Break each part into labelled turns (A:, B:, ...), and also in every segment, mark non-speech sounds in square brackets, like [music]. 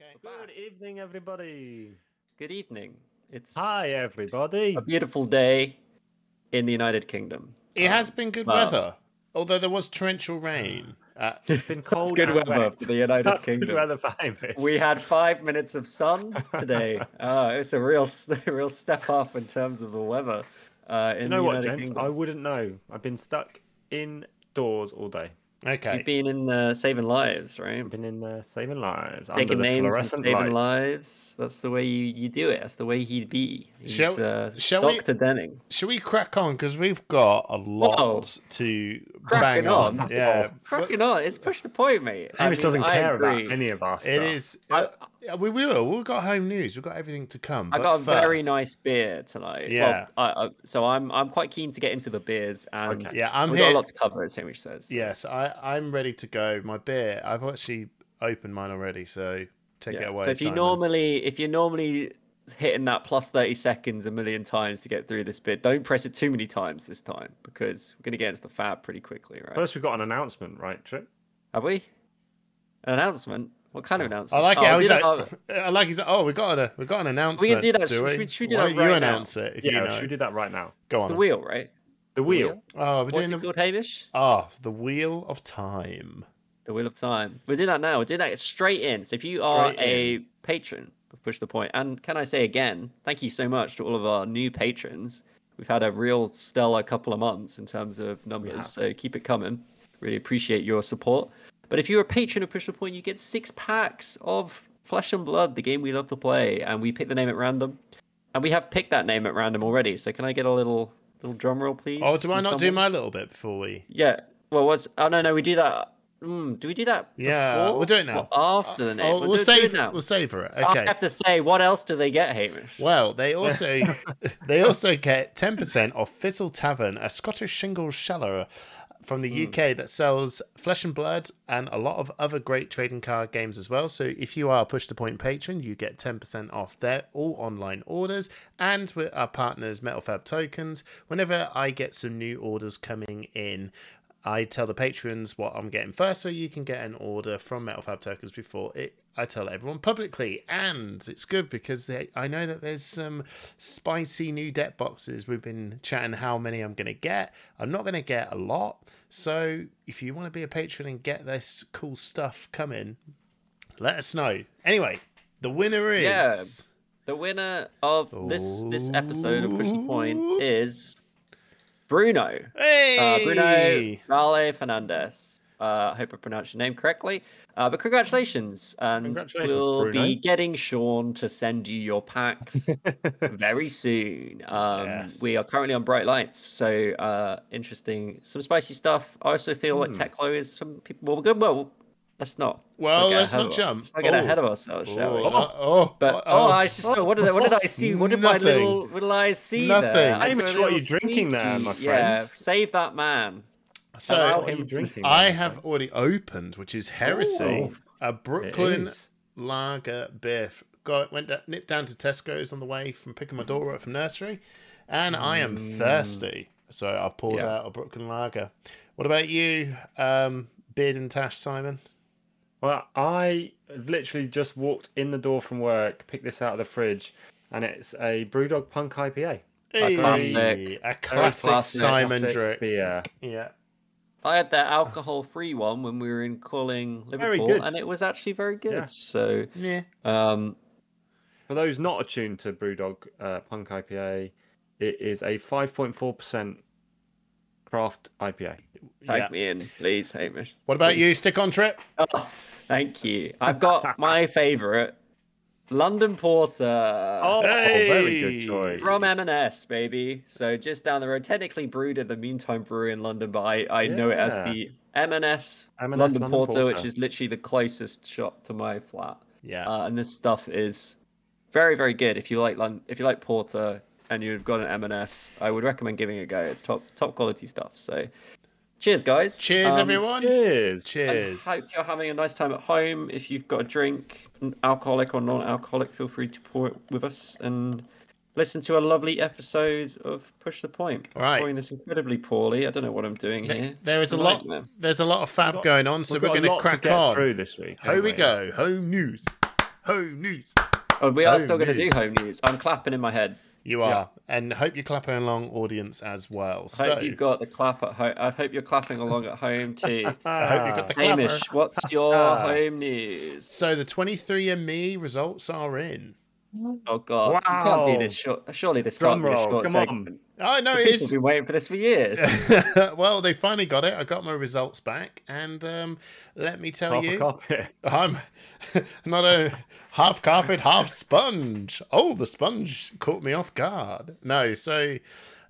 A: Okay.
B: Good evening, everybody.
C: Good evening. It's
B: Hi, everybody.
C: a beautiful day in the United Kingdom.
A: It has been good
C: Wow.
A: weather, although there was torrential rain. Uh,
B: It's
C: [laughs]
B: been cold.
C: It's good
B: and
C: weather
B: wet.
C: for the
B: [laughs]
C: United
B: That's
C: Kingdom.
B: good weather for Irish.
C: We had five minutes of sun
B: [laughs]
C: today. Uh, it's a real, s- [laughs] a real step up in terms of the weather. Uh, in
B: you
C: the
B: know what,
C: United
B: gents?
C: Kingdom.
B: I wouldn't know. I've been stuck indoors all day.
A: okay.
C: You've been in uh, saving lives, right?
B: I've been in there saving lives.
C: Taking
B: under the
C: names and
B: fluorescent lights.
C: saving lives. That's the way you, you do it. That's the way he'd be. He's,
A: Shall-
C: uh,
A: shall we-
C: Dr. Denning.
A: Shall we crack on? Because we've got a lot
C: Whoa.
A: to
C: Cracking
A: bang on.
C: on.
A: Yeah. But
C: Cracking on. It's push the point, mate. I
B: Hamish
C: mean,
B: doesn't
C: I
B: care about
C: agree.
B: any of us.
A: It is. Uh, yeah, we will. We've got home news. We've got everything to come.
C: I
A: but
C: got a very
A: first-
C: nice beer tonight.
A: Yeah.
C: Well, I, I, so I'm I'm quite keen to get into the beers, and
B: Okay.
A: Yeah, I'm
C: we've
A: here.
C: got a lot to cover, as Hamish says.
A: Yes, I, I'm ready to go. My beer, I've actually opened mine already, so take it
C: Yeah.
A: away.
C: so if you
A: Simon.
C: normally if you're normally hitting that plus 30 seconds a million times to get through this bit, don't press it too many times this time because we're going to get into the fab pretty quickly, right?
B: First, we've got an announcement, right, Trip?
C: Have we? An announcement? What kind
A: I
C: of announcement?
A: like it.
C: Oh,
A: how
C: we
A: he's
C: do
A: like,
C: that-
A: [laughs]
C: oh,
A: I like he's like, oh, we got a we got an announcement.
C: do that.
A: Do
C: Should-
A: we?
C: should- should we do
A: Why
C: that
A: don't you
C: right now?
A: announce it if
B: yeah,
A: you know?
B: should we do that right now?
A: Go
C: it's
A: on.
C: the wheel, right?
B: The wheel.
A: Oh, we're
C: What's
A: doing
C: it
A: the
C: called, Hamish?
A: ah the wheel of time.
C: The Wheel of Time. We're doing that now. We're doing that straight in. So if you are
B: Straight
C: a patron of Push the Point, and can I say again, thank you so much to all of our new patrons. We've had a real stellar couple of months in terms of
B: have.
C: numbers, so keep it coming. Really appreciate your support. But if you're a patron of Push the Point, you get six packs of Flesh and Blood, the game we love to play, and we pick the name at random. And we have picked that name at random already. So can I get a little little drum roll, please?
A: Oh, do I
C: from
A: not do
C: someone?
A: my little bit before we?
C: Yeah. Well, what's? Oh no, no, we do that. Mm, do we do that?
A: Yeah,
C: before
A: we'll do it now.
C: or after the name.
A: Oh,
C: we'll,
A: we'll
C: do, do
A: save
C: it now.
A: we'll save for it.
C: I
A: Okay.
C: have to say, what else do they get, Hamish?
A: Well,
C: [laughs]
A: they also [laughs] they also get ten percent off Thistle Tavern, a Scottish shingle sheller from
C: Hmm.
A: the UK that sells Flesh and Blood and a lot of other great trading card games as well. So if you are a Push to Point patron, you get ten percent off their all online orders. And with our partners, Metal Fab Tokens, whenever I get some new orders coming in. I tell the patrons what I'm getting first, so you can get an order from Metal Fab Tokens before it. I tell everyone publicly, and it's good because they, I know that there's some spicy new debt boxes. We've been chatting how many I'm going to get. I'm not going to get a lot, so if you want to be a patron and get this cool stuff coming, let us know. Anyway, the winner is
C: Yeah. The winner of this this episode of Push the Point is Bruno.
A: hey
C: Uh, Bruno Vale Fernandez. Uh, I hope I pronounced your name correctly. Uh, but congratulations, and
B: Congratulations,
C: we'll
B: Bruno.
C: be getting Sean to send you your
A: [laughs]
C: packs very soon. Um,
A: Yes.
C: We are currently on bright lights, so uh, interesting, some spicy stuff. I also feel like
A: Hmm.
C: Teclo is some people. Well, we're good. Well, let's not. let's
A: Well,
C: get
A: let's
C: ahead
A: not
C: of our-
A: jump.
C: Let's not get
A: Oh.
C: ahead of ourselves, shall we?
A: Oh, oh,
B: Uh,
C: But
A: oh,
C: oh, I just saw what did I, what did I see? What did my
A: Nothing.
C: little little eyes see
A: Nothing.
C: there? I
B: Hey,
C: saw
B: Mitch,
C: a
B: what are you
C: little
B: drinking there, my
C: sneaky- Yeah,
B: friend?
C: save that man.
A: so
C: Allow
B: What are you
C: him to-
B: drinking?
A: I
B: man?
A: have already opened, which is heresy,
B: Ooh.
A: a
B: It
A: Brooklyn
B: is.
A: lager beer. F- Got went da- nipped down to Tesco's on the way from picking my daughter up from nursery, and I am thirsty, so I poured
C: Yeah.
A: out a Brooklyn lager. What about you, um, Beard and Tash Simon?
B: Well, I literally just walked in the door from work, picked this out of the fridge, and it's a Brewdog Punk IPA.
A: Hey,
C: classic-
A: a
B: Very
A: classic
C: classic-
A: Simon
B: classic
A: Drake.
B: beer.
A: Yeah,
C: I had that alcohol-free one when we were in calling
B: Very
C: Liverpool,
B: good.
C: and it was actually very good.
B: Yeah.
C: So,
A: yeah.
C: um,
B: For those not attuned to Brewdog uh, Punk IPA, it is a 5.4% craft IPA.
C: tag
A: yeah.
C: me in, please, Hamish.
A: What about you,
C: Please.
A: Stick on Trip?
C: Oh, thank you.
B: [laughs]
C: I've got my favourite, London Porter.
B: Oh, very good
A: Hey!
B: choice.
C: From M&S, baby. So just down the road. Technically brewed at the Meantime Brewery in London, but I, I know it as
B: Yeah.
C: the M&S,
B: M&S
C: London
B: London
C: Porter, which
B: Porter.
C: is literally the closest shop to my flat.
A: Yeah.
C: Uh, and this stuff is very, very good. If you like Lon- if you like Porter and you've got an M&S, I would recommend giving it a go. It's top top quality stuff. So cheers, guys.
A: Cheers,
C: Um,
A: everyone.
B: Cheers.
C: I
A: Cheers.
C: hope you're having a nice time at home. If you've got a drink, n- alcoholic or non-alcoholic, feel free to pour it with us and listen to a lovely episode of Push the Point. I'm
A: Right.
C: pouring this incredibly poorly. I don't know what I'm doing here.
A: There is a
C: I'm
A: lot.
C: like them.
A: There's a lot of fab going on, so
B: We've
A: we're
B: got a
A: going to
B: lot
A: crack
B: get
A: on.
B: through this week.
A: Here
B: haven't
A: we go. Home news. home news.
C: Oh, we are
B: Home
C: still going to do
B: news.
C: home news. I'm clapping in my head.
A: You are, and hope you're clapping along, audience, as well.
C: I hope
A: So
C: you've got the clap at home. I hope you're clapping along at
A: [laughs]
C: home too.
A: I hope you got the clapper.
C: Hamish, what's your home news?
A: So the 23andMe results are in.
C: Oh God, you can't do
B: Wow.
C: this. Short, surely this
B: Ah. Drum
C: can't be a
B: roll,
C: short
B: come on.
C: segment.
A: Oh no, it
C: People have
A: is.
C: been waiting for this for years.
A: [laughs] well, they finally got it. I got my results back, and um, let me tell
B: Half
A: you,
B: a carpet.
A: I'm [laughs] not a half carpet, half sponge. Oh, the sponge caught me off guard. No, so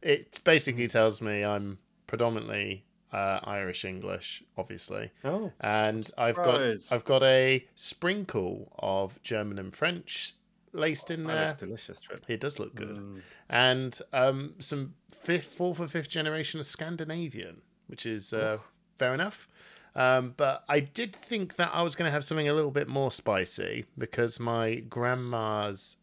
A: it basically tells me I'm predominantly uh, Irish English, obviously,
B: Oh,
A: and I've
C: Surprise.
A: got I've got a sprinkle of German and French laced in
B: that
A: there.
B: looks delicious trip.
A: It does look good,
B: Mm.
A: and um, some fifth, fourth, or fifth generation of Scandinavian, which is uh, fair enough. Um, but I did think that I was going to have something a little bit more spicy because my grandma's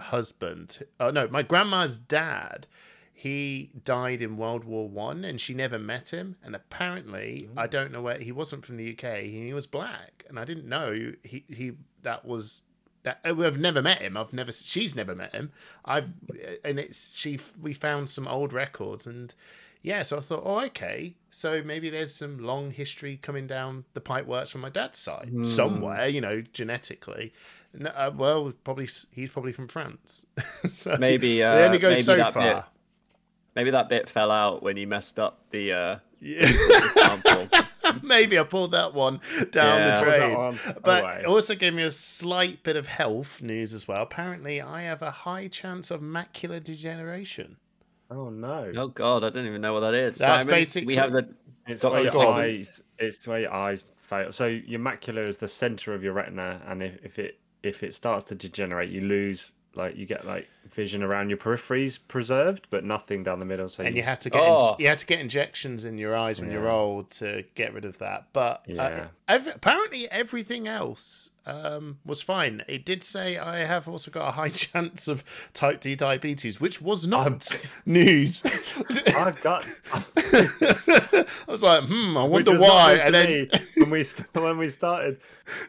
A: husband, oh no, my grandma's dad, he died in World War One, and she never met him. And apparently, I don't know where he wasn't from the UK. and He was black, and I didn't know he he that was that uh, I've never met him. I've never she's never met him. I've uh, and it's she we found some old records and yeah, so I thought, oh okay, so maybe there's some long history coming down the pipe works from my dad's side
C: Hmm.
A: somewhere, you know, genetically. No, uh, well, probably s- he's probably from France. [laughs] so
C: Maybe
A: it
C: uh,
A: only
C: maybe
A: goes so
C: that
A: far.
C: Bit, maybe that bit fell out when you messed up the uh,
A: Yeah.
C: sample.
A: [laughs] [laughs] maybe I pulled that one down
C: Yeah.
A: the
C: Pulled
B: that
A: drain.
B: one
A: but
B: away.
A: it also gave me a slight bit of health news as well. Apparently, I have a high chance of macular degeneration.
B: Oh no.
C: oh God, I don't even know what that is.
A: That's
C: Simon,
A: basically-
C: we have the
B: It's
C: Got
B: where
A: those
B: your
A: problems.
B: eyes. It's where your eyes fail. So your macula is the center of your retina, and if, if it if it starts to degenerate, you lose like you get like vision around your peripheries preserved, but nothing down the middle. So
A: And
B: you,
A: you had to get
C: Oh.
A: you had to get injections in your eyes when you're
B: Yeah.
A: old to get rid of that. But uh,
B: Yeah.
A: ev- apparently, everything else um, was fine. It did say I have also got a high [laughs] chance of type D diabetes, which was not [laughs]
B: [laughs]
A: news.
B: I've
A: [laughs]
B: got.
A: I was like, hmm, I
B: Which
A: wonder
B: was why.
A: why.
B: To
A: And then
B: me when we st- [laughs] when we started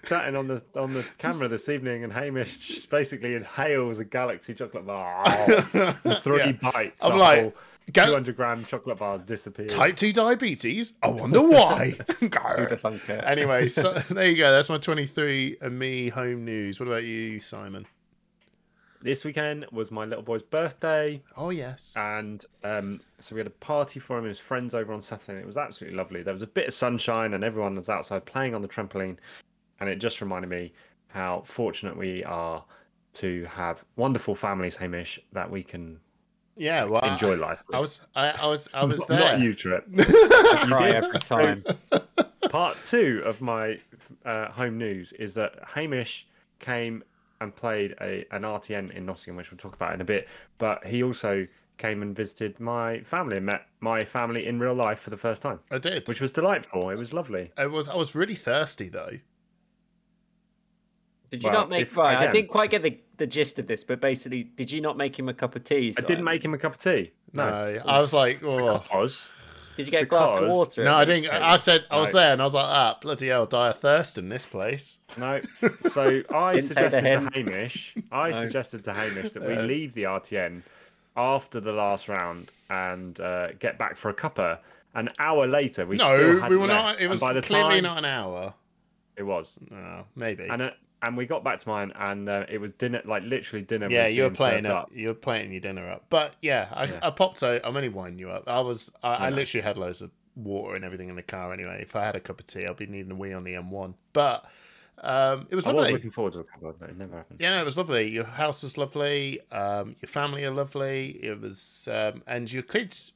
B: chatting on the on the camera this evening, and Hamish basically inhales a galaxy
A: [laughs]
B: chocolate bar, and three
A: Yeah.
B: bites.
A: I'm like,
B: two
A: Ga-
B: hundred gram chocolate bars disappear.
A: type 2 diabetes? I wonder
B: [laughs]
A: why. [laughs] Grr. [laughs]
C: funker.
A: anyway, so there you go. That's my 23 and me home news. What about you, Simon?
B: This weekend was my little boy's birthday.
A: Oh, yes.
B: and um, so we had a party for him and his friends over on Saturday, and it was absolutely lovely. There was a bit of sunshine, and everyone was outside playing on the trampoline, and it just reminded me how fortunate we are to have wonderful families, Hamish, that we can
A: yeah, well, I-
B: enjoy life.
A: I,
B: with.
A: was, I, I was, I was
B: Not-
A: there.
B: Not you, Trip.
C: Cry every time.
B: [laughs] Part two of my uh, home news is that Hamish came and played a, an RTN in Nottingham, which we'll talk about in a bit. But he also came and visited my family and met my family in real life for the first time,
A: I did.
B: which was delightful. It was lovely.
A: I was, I was really thirsty though.
C: Did you
B: Well,
C: not make?
B: if-
C: right, I
B: again-
C: didn't quite get the, the gist of this, but basically, did you not make him a cup of tea?
B: I didn't
C: Simon?
B: make him a cup of tea.
A: No,
B: No.
A: I was like, oh.
B: Because
C: Did you get a glass of
B: because-
C: water?
A: No, I
C: at least?
A: didn't. I said I was
B: No.
A: there, and I was like, "Ah, bloody hell, die of thirst in this place." [laughs]
B: No. So I
C: Didn't take the
B: suggested to
C: hint.
B: Hamish. I
C: No.
B: suggested to Hamish that we
A: Uh.
B: leave the RTN after the last round and uh, get back for a cuppa. An hour later, we still
A: No,
B: had
A: we were
B: left,
A: not. It
B: and
A: was
B: by the
A: clearly
B: time,
A: not an hour.
B: It was,
A: Oh, maybe.
B: and uh, and we got back to mine, and uh, it was dinner, like literally dinner.
A: yeah,
B: was
A: you were
B: being
A: playing
B: served
A: up. You were playing your dinner up. But yeah, I,
B: Yeah.
A: I popped out. I'm only winding you up. I was. I, I
B: know.
A: literally had loads of water and everything in the car anyway. If I had a cup of tea, I'd be needing a wee on the M1. But um, it was
B: I
A: lovely.
B: was looking forward to a cuppa, but it never happened.
A: Yeah, no, it was lovely. Your house was lovely. Um, your family are lovely. It was, um, and your kids.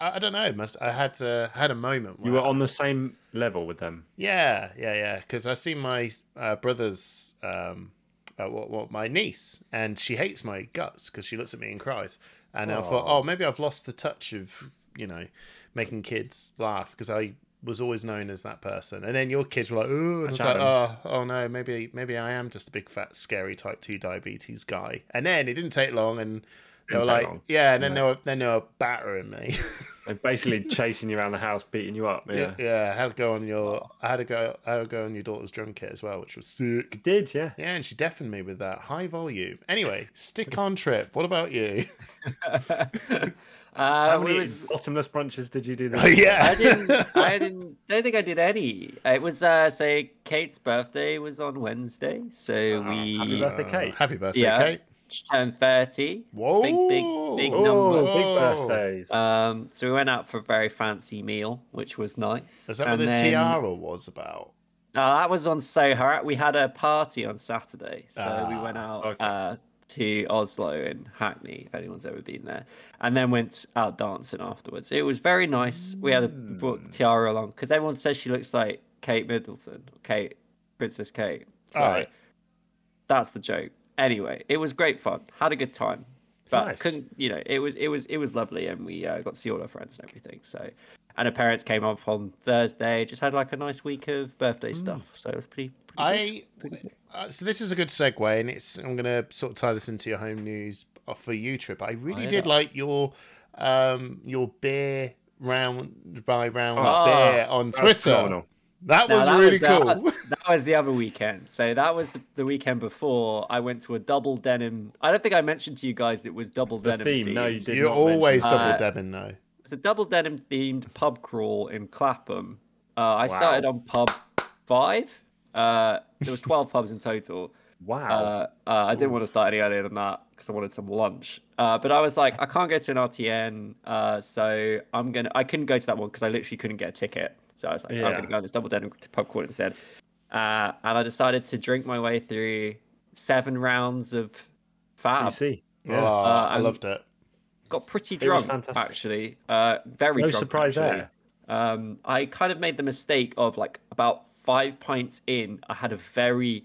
A: I, I don't know. Must I had uh, had a moment.
B: You
A: where-
B: were on the same level with them.
A: Yeah, yeah, yeah. Because I see my uh, brother's, um, uh, what, what, my niece, and she hates my guts because she looks at me and cries. And I thought,
B: Aw.
A: oh, maybe I've lost the touch of, you know, making kids laugh because I was always known as that person. And then your kids were like, ooh, and I was like, oh,
B: Adams.
A: oh no, maybe, maybe I am just a big fat scary type two diabetes guy. And then it didn't take long, and they
B: Didn't
A: were
B: take
A: like,
B: long.
A: yeah, and then they were then they were battering me. [laughs]
B: They're basically [laughs] chasing you around the house, beating you up. Yeah.
A: Yeah. yeah, I had to go on your. I had to go. I had to go on your daughter's drum kit as well, which was sick.
B: Did, yeah.
A: Yeah, and she deafened me with that high volume. Anyway,
C: [laughs]
A: stick on trip. What about you?
C: Uh,
B: How
C: we
B: many
C: was-
B: bottomless brunches did you do?
A: [laughs] Oh
B: This?
A: yeah,
B: [laughs]
C: I didn't. I didn't. I don't think I did any. It was uh, so Kate's birthday was on Wednesday, so we
B: Ah, happy birthday, Kate.
A: Uh, Happy birthday,
C: Yeah.
A: Kate.
C: she turned thirty.
A: Whoa,
C: Big, big, big
B: Oh, Uh,
C: number.
B: big
A: Whoa.
B: birthdays.
C: Um, so we went out for a very fancy meal, which was nice.
A: Is that what
C: And
A: the
C: then-
A: tiara was about?
C: No, that was on Soho. We had a party on Saturday, so we went
A: Ah,
C: out
B: okay.
C: uh, to Oslo and Hackney, if anyone's ever been there, and then went out dancing afterwards. It was very nice. We had a, brought the tiara along because everyone says she looks like Kate Middleton, Kate Princess Kate. So
A: Alright.
C: that's the joke. Anyway, it was great fun. Had a good time, but
B: Nice.
C: couldn't. You know, it was it was it was lovely, and we uh, got to see all our friends and everything. So and her parents came up on Thursday. Just had like a nice week of birthday
B: Mm.
C: stuff, so it was pretty. pretty good.
A: I uh, so this is a good segue, and it's I'm gonna sort of tie this into your home news uh, for you trip. I really
C: yeah.
A: did like your um your beer round by rounds
C: Oh,
A: beer on
B: That was
A: Twitter.
B: phenomenal.
A: That
C: No,
A: was
C: that
A: really
C: the-
A: cool.
C: [laughs] that was the other weekend. So that was the, the weekend before. I went to a double denim. I don't think I mentioned to you guys it was double
B: The
C: denim.
B: theme. No,
C: themed.
B: you did
A: You're
B: not mention
A: always
B: that.
A: double
C: Uh,
A: debbing though.
C: It's a double denim themed pub crawl in Clapham. Uh,
B: Wow.
C: I started on pub five. Uh, there was twelve pubs in total.
B: Wow.
C: Uh, uh, I didn't want to start any earlier than that because I wanted some lunch. Uh, but I was like, I can't go to an RTN, uh, so I'm gonna. I couldn't go to that one because I literally couldn't get a ticket. So I was like, I'm
B: Yeah.
C: gonna go on this double denim to popcorn instead. Uh, and I decided to drink my way through seven rounds of Fab.
B: PC.
A: Oh,
B: Yeah. Uh,
A: I
C: and-
A: loved it.
C: Got pretty
B: was
C: drunk
B: fantastic.
C: actually. Uh, very
B: no
C: drunk,
B: surprise
C: actually.
B: there.
C: Um, I kind of made the mistake of like about five pints in, I had a very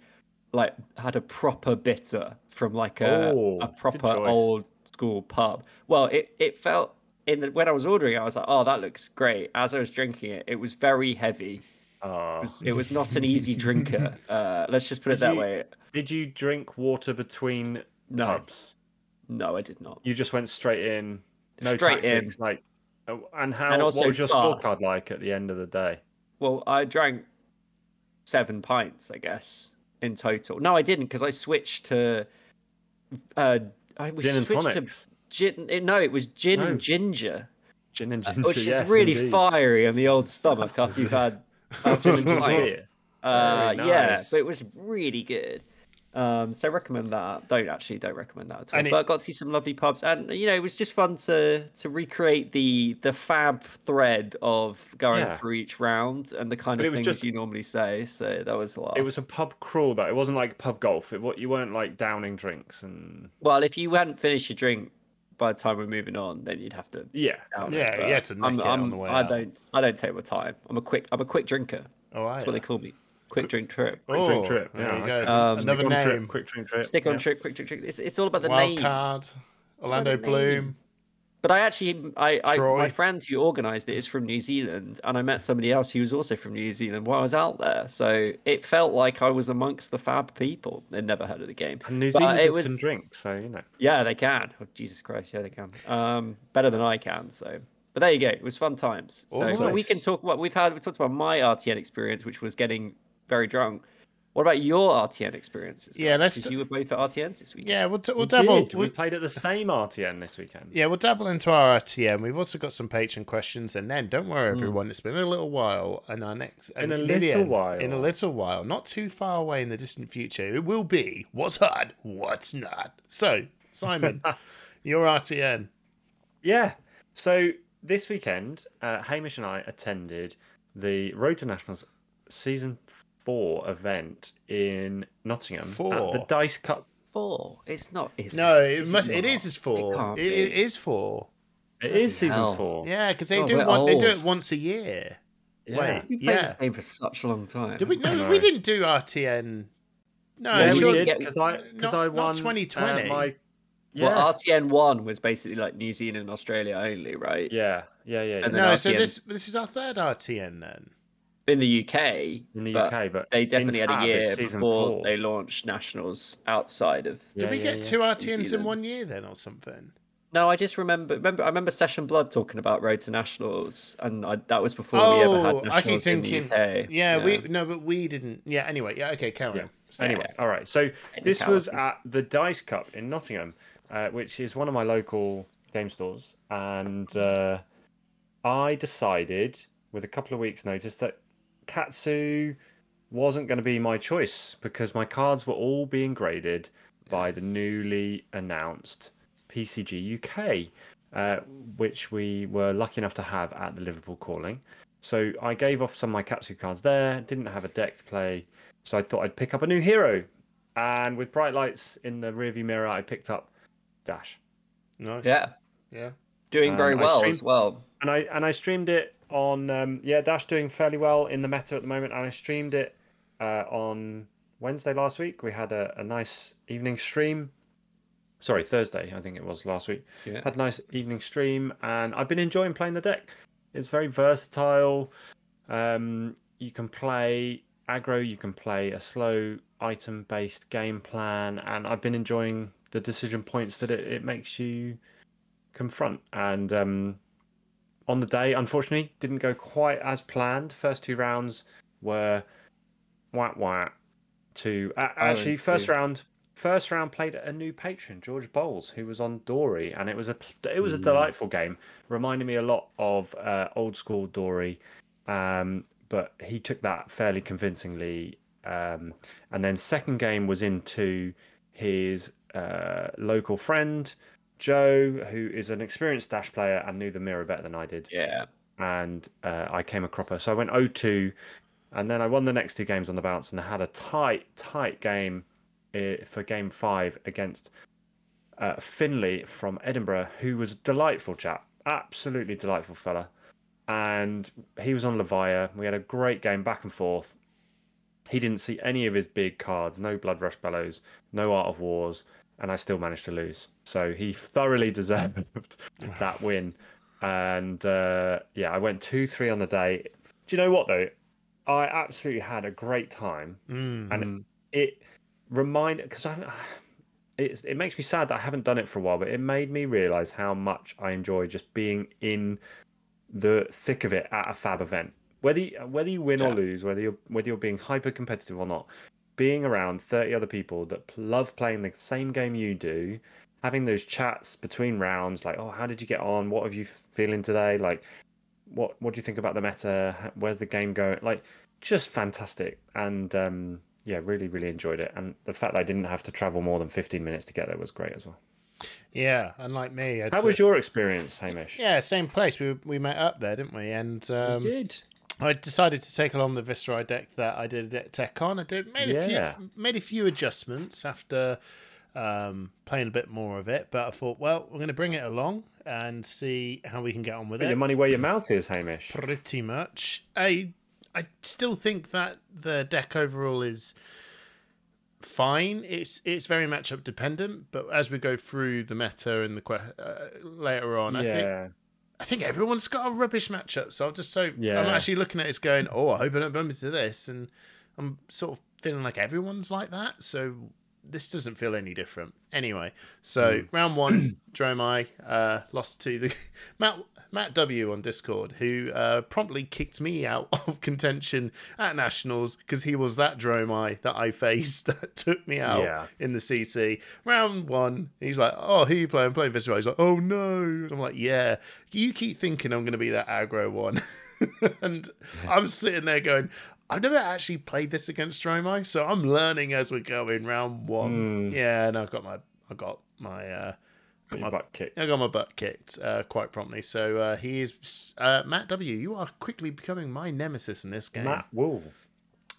C: like had a proper bitter from like a,
B: Oh,
C: a
B: good
C: proper
B: choice.
C: old school pub. Well, it, it felt in the when I was ordering, it, I was like, oh, that looks great. As I was drinking it, it was very heavy. It
B: Ah.
C: was, it was not an
B: [laughs]
C: easy drinker. Uh, let's just put it
B: Did
C: that
B: you-
C: way.
B: Did you drink water between
C: No.
B: pubs?
C: No, I did not.
B: You just went straight in. No
C: Straight in.
B: tactics, like. oh, And how?
C: And also
B: what was your
C: fast.
B: scorecard like at the end of the day?
C: Well, I drank seven pints, I guess, in total. No, I didn't because I switched to. Uh, I was
B: Gin and
C: switched
B: tonics.
C: to gin. eh, No, it was gin
B: No.
C: and
B: [laughs]
C: ginger,
B: Gin and
C: uh,
B: ginger.
C: which is
B: yes,
C: really
B: indeed. [laughs]
C: fiery on the old stomach after you've had uh, gin and
B: Beer.
C: tonic. Uh,
B: Very
C: Yeah,
B: nice.
C: but it was really good. Um, so I recommend that. Don't actually don't recommend that at all.
A: And it-
C: but I got to see some lovely pubs, and you know it was just fun to to recreate the the fab thread of going
B: Yeah.
C: through each round and the kind
B: But it
C: of
B: was
C: things
B: just-
C: you normally say. So that was a lot.
B: It was a pub crawl though. It wasn't like pub golf. It, what you weren't like downing drinks and
C: well, if you hadn't finished your drink by the time we're moving on, then you'd have to.
B: yeah.
C: down it,
A: Yeah, you
C: but
A: had to nick
C: I'm,
A: it on
C: I'm-
A: the way
C: I
A: out.
C: don't. I don't take my time. I'm a quick. I'm a quick drinker.
A: Oh, I.
C: That's what they call me. Quick drink trip.
B: Quick drink trip.
A: Oh, There
B: Yeah,
A: you go.
B: okay.
A: So
C: Um,
A: another
B: Stick on trip,
A: name.
B: quick drink trip.
C: Stick on
B: yeah.
C: trip. Quick drink trip. It's, it's all about the
A: Wild
C: name.
A: card. Orlando
C: name.
A: Bloom.
C: But I actually, I, I
A: Troy.
C: my friend who organised it is from New Zealand, and I met somebody else who was also from New Zealand while I was out there. So it felt like I was amongst the fab people. They'd never heard of the game.
B: And New
C: But
B: Zealanders
C: it was,
B: can drink, so you know.
C: yeah, they can. Oh, Jesus Christ, yeah, they can. Um, better than I can. So, but there you go. It was fun times. So,
A: Awesome.
C: but we can
B: Nice.
C: talk what we've had. We talked about my RTN experience, which was getting very drunk. What about your RTN experiences?
A: Yeah,
C: guys?
A: let's
C: 'Cause
A: t-
C: you were both at RTNs this week.
A: Yeah, we'll, t- we'll
B: We
A: double.
B: did. We played at the same RTN this weekend.
A: Yeah, we'll dabble into our RTM. We've also got some patron questions, and then don't worry, everyone. It's been a little while, and our next
B: Hmm. In
A: and
B: a little
A: Lillian,
B: while.
A: in a little while, not too far away in the distant future, it will be what's hard, what's not. So,
B: [laughs]
A: Simon, your RTN.
B: Yeah. So this weekend, uh, Hamish and I attended the Road to Nationals season four event in Nottingham at
A: Four.
B: the Dice Cup.
C: Four. It's not. Is
A: No,
C: it,
A: it must. It
C: not?
A: is four.
C: can't
A: It, it
C: be.
A: is four.
B: It is season
C: hell.
B: four.
A: Yeah, because
B: Oh,
A: they
C: God,
A: do
C: we're
A: it one, They do
C: old.
A: it once a year.
B: Yeah.
A: Wait.
C: We played
A: Yeah.
C: this game for such a long time.
A: Did we? No,
B: know.
A: we didn't do RTN. No,
C: Yeah,
B: Yeah, we
A: sure.
B: did
C: Yeah.
B: because I because
A: Not-
B: I
A: not
B: won. uh,
A: 2020.
B: my-
C: Well,
B: Yeah.
C: RTN one was basically like New Zealand and Australia only, right?
B: yeah. Yeah. Yeah.
C: And
B: yeah.
C: then
A: No, so
C: RTN.
A: this this is our third RTN then.
C: In the UK.
B: In the
C: but
B: UK, but
C: They
B: in
C: definitely had a
B: Fab, it's
C: year
B: season
C: before
B: four.
C: they launched nationals outside of.
A: Did
B: Yeah,
A: we
B: yeah,
A: get
B: yeah.
A: two RTNs in
C: Zealand.
A: one year then, or something?
C: No, I just remember. Remember, I remember Session Blood talking about Road to Nationals, and I, that was before we ever
A: Oh,
C: had
A: I keep
C: nationals
A: thinking.
C: in the UK.
A: Yeah, we no, but we didn't. Yeah. Anyway, yeah. Okay, carry
B: Yeah.
A: on.
B: Anyway, all right. So this
C: Technicality.
B: was at the Dice Cup in Nottingham, uh, which is one of my local game stores, and uh, I decided with a couple of weeks' notice that Katsu wasn't going to be my choice because my cards were all being graded by the newly announced PCG UK, uh, which we were lucky enough to have at the Liverpool Calling. So I gave off some of my Katsu cards there, didn't have a deck to play, so I thought I'd pick up a new hero. And with bright lights in the rearview mirror, I picked up Dash.
A: Nice.
C: yeah,
A: Yeah.
C: doing
B: Um,
C: very
B: I
C: well
B: streamed-
C: as well.
B: and I and I streamed it on um, yeah Dash doing fairly well in the meta at the moment, and I streamed it uh, on Wednesday last week. We had a, a nice evening stream. Sorry, Thursday I think it was last week.
C: Yeah.
B: Had a nice evening stream, and I've been enjoying playing the deck. It's very versatile. Um, you can play aggro, you can play a slow item based game plan, and I've been enjoying the decision points that it, it makes you confront. And um, on the day, unfortunately, didn't go quite as planned. First two rounds were wah wah. To uh, actually, first
C: see.
B: round, first round played a new patron, George Bowles, who was on Dory, and it was a it was a delightful game. Reminded me a lot of uh, old school Dory, um, but he took that fairly convincingly. Um, and then second game was into his uh, local friend Joe, who is an experienced dash player and knew the mirror better than I did
C: Yeah,
B: and uh, I came a cropper. So I went 0-2, and then I won the next two games on the bounce, and I had a tight, tight game uh, for game five against uh, Finley from Edinburgh, who was a delightful chap, absolutely delightful fella, and he was on Levia. We had a great game back and forth. He didn't see any of his big cards, no Blood Rush Bellows, no Art of Wars, and I still managed to lose. So he thoroughly [laughs] deserved that win and uh, yeah, I went two three on the day. Do you know what though? I absolutely had a great time,
A: Mm.
B: and it remind because I it's, it makes me sad that I haven't done it for a while, but it made me realize how much I enjoy just being in the thick of it at a fab event. Whether you, whether you win or
C: Yeah.
B: lose, whether you're whether you're being hyper competitive or not, being around thirty other people that p- love playing the same game you do, having those chats between rounds, like, oh, how did you get on? What have you feeling today? Like, what what do you think about the meta? H- Where's the game going? Like, just fantastic. And um, yeah, really, really enjoyed it. And the fact that I didn't have to travel more than fifteen minutes to get there was great as well.
A: Yeah. Unlike me, I'd
B: How
A: say-
B: was your experience, Hamish?
A: Yeah, same place. We we met up there, didn't we? And um,
C: did.
A: I decided to take along the Viscerai deck that I did at TechCon. I did made a
B: Yeah.
A: few made a few adjustments after um, playing a bit more of it, but I thought, well, we're going to bring it along and see how we can get on with
B: Put
A: it.
B: your money where your mouth is, Hamish.
A: Pretty much. I I still think that the deck overall is fine. It's it's very matchup dependent, but as we go through the meta and the que- uh, later on, I think
B: Yeah,
A: I think everyone's got a rubbish matchup, so I'm just so
B: Yeah.
A: I'm actually looking at it as going, oh, I hope I don't bump into this, and I'm sort of feeling like everyone's like that, so this doesn't feel any different. Anyway, so
B: Hmm.
A: round
B: [clears throat]
A: one, Dromai uh, lost to the [laughs] Matt Matt W on Discord, who uh, promptly kicked me out [laughs] of contention at nationals because he was that Dromai that I faced [laughs] that took me out
B: Yeah.
A: in the CC. Round one, he's like, "Oh, who you playing? I'm playing Visceral." He's like, "Oh no!" And I'm like, "Yeah, you keep thinking I'm going to be that aggro one," [laughs] and I'm sitting there going, "I've never actually played this against Dromai, so I'm learning as we're going." Round one, yeah, and I've got my, I got my, uh,
B: got your butt kicked.
A: I got my butt kicked uh, quite promptly. So uh, he is uh, Matt W. You are quickly becoming my nemesis in this game.
B: Matt Wool.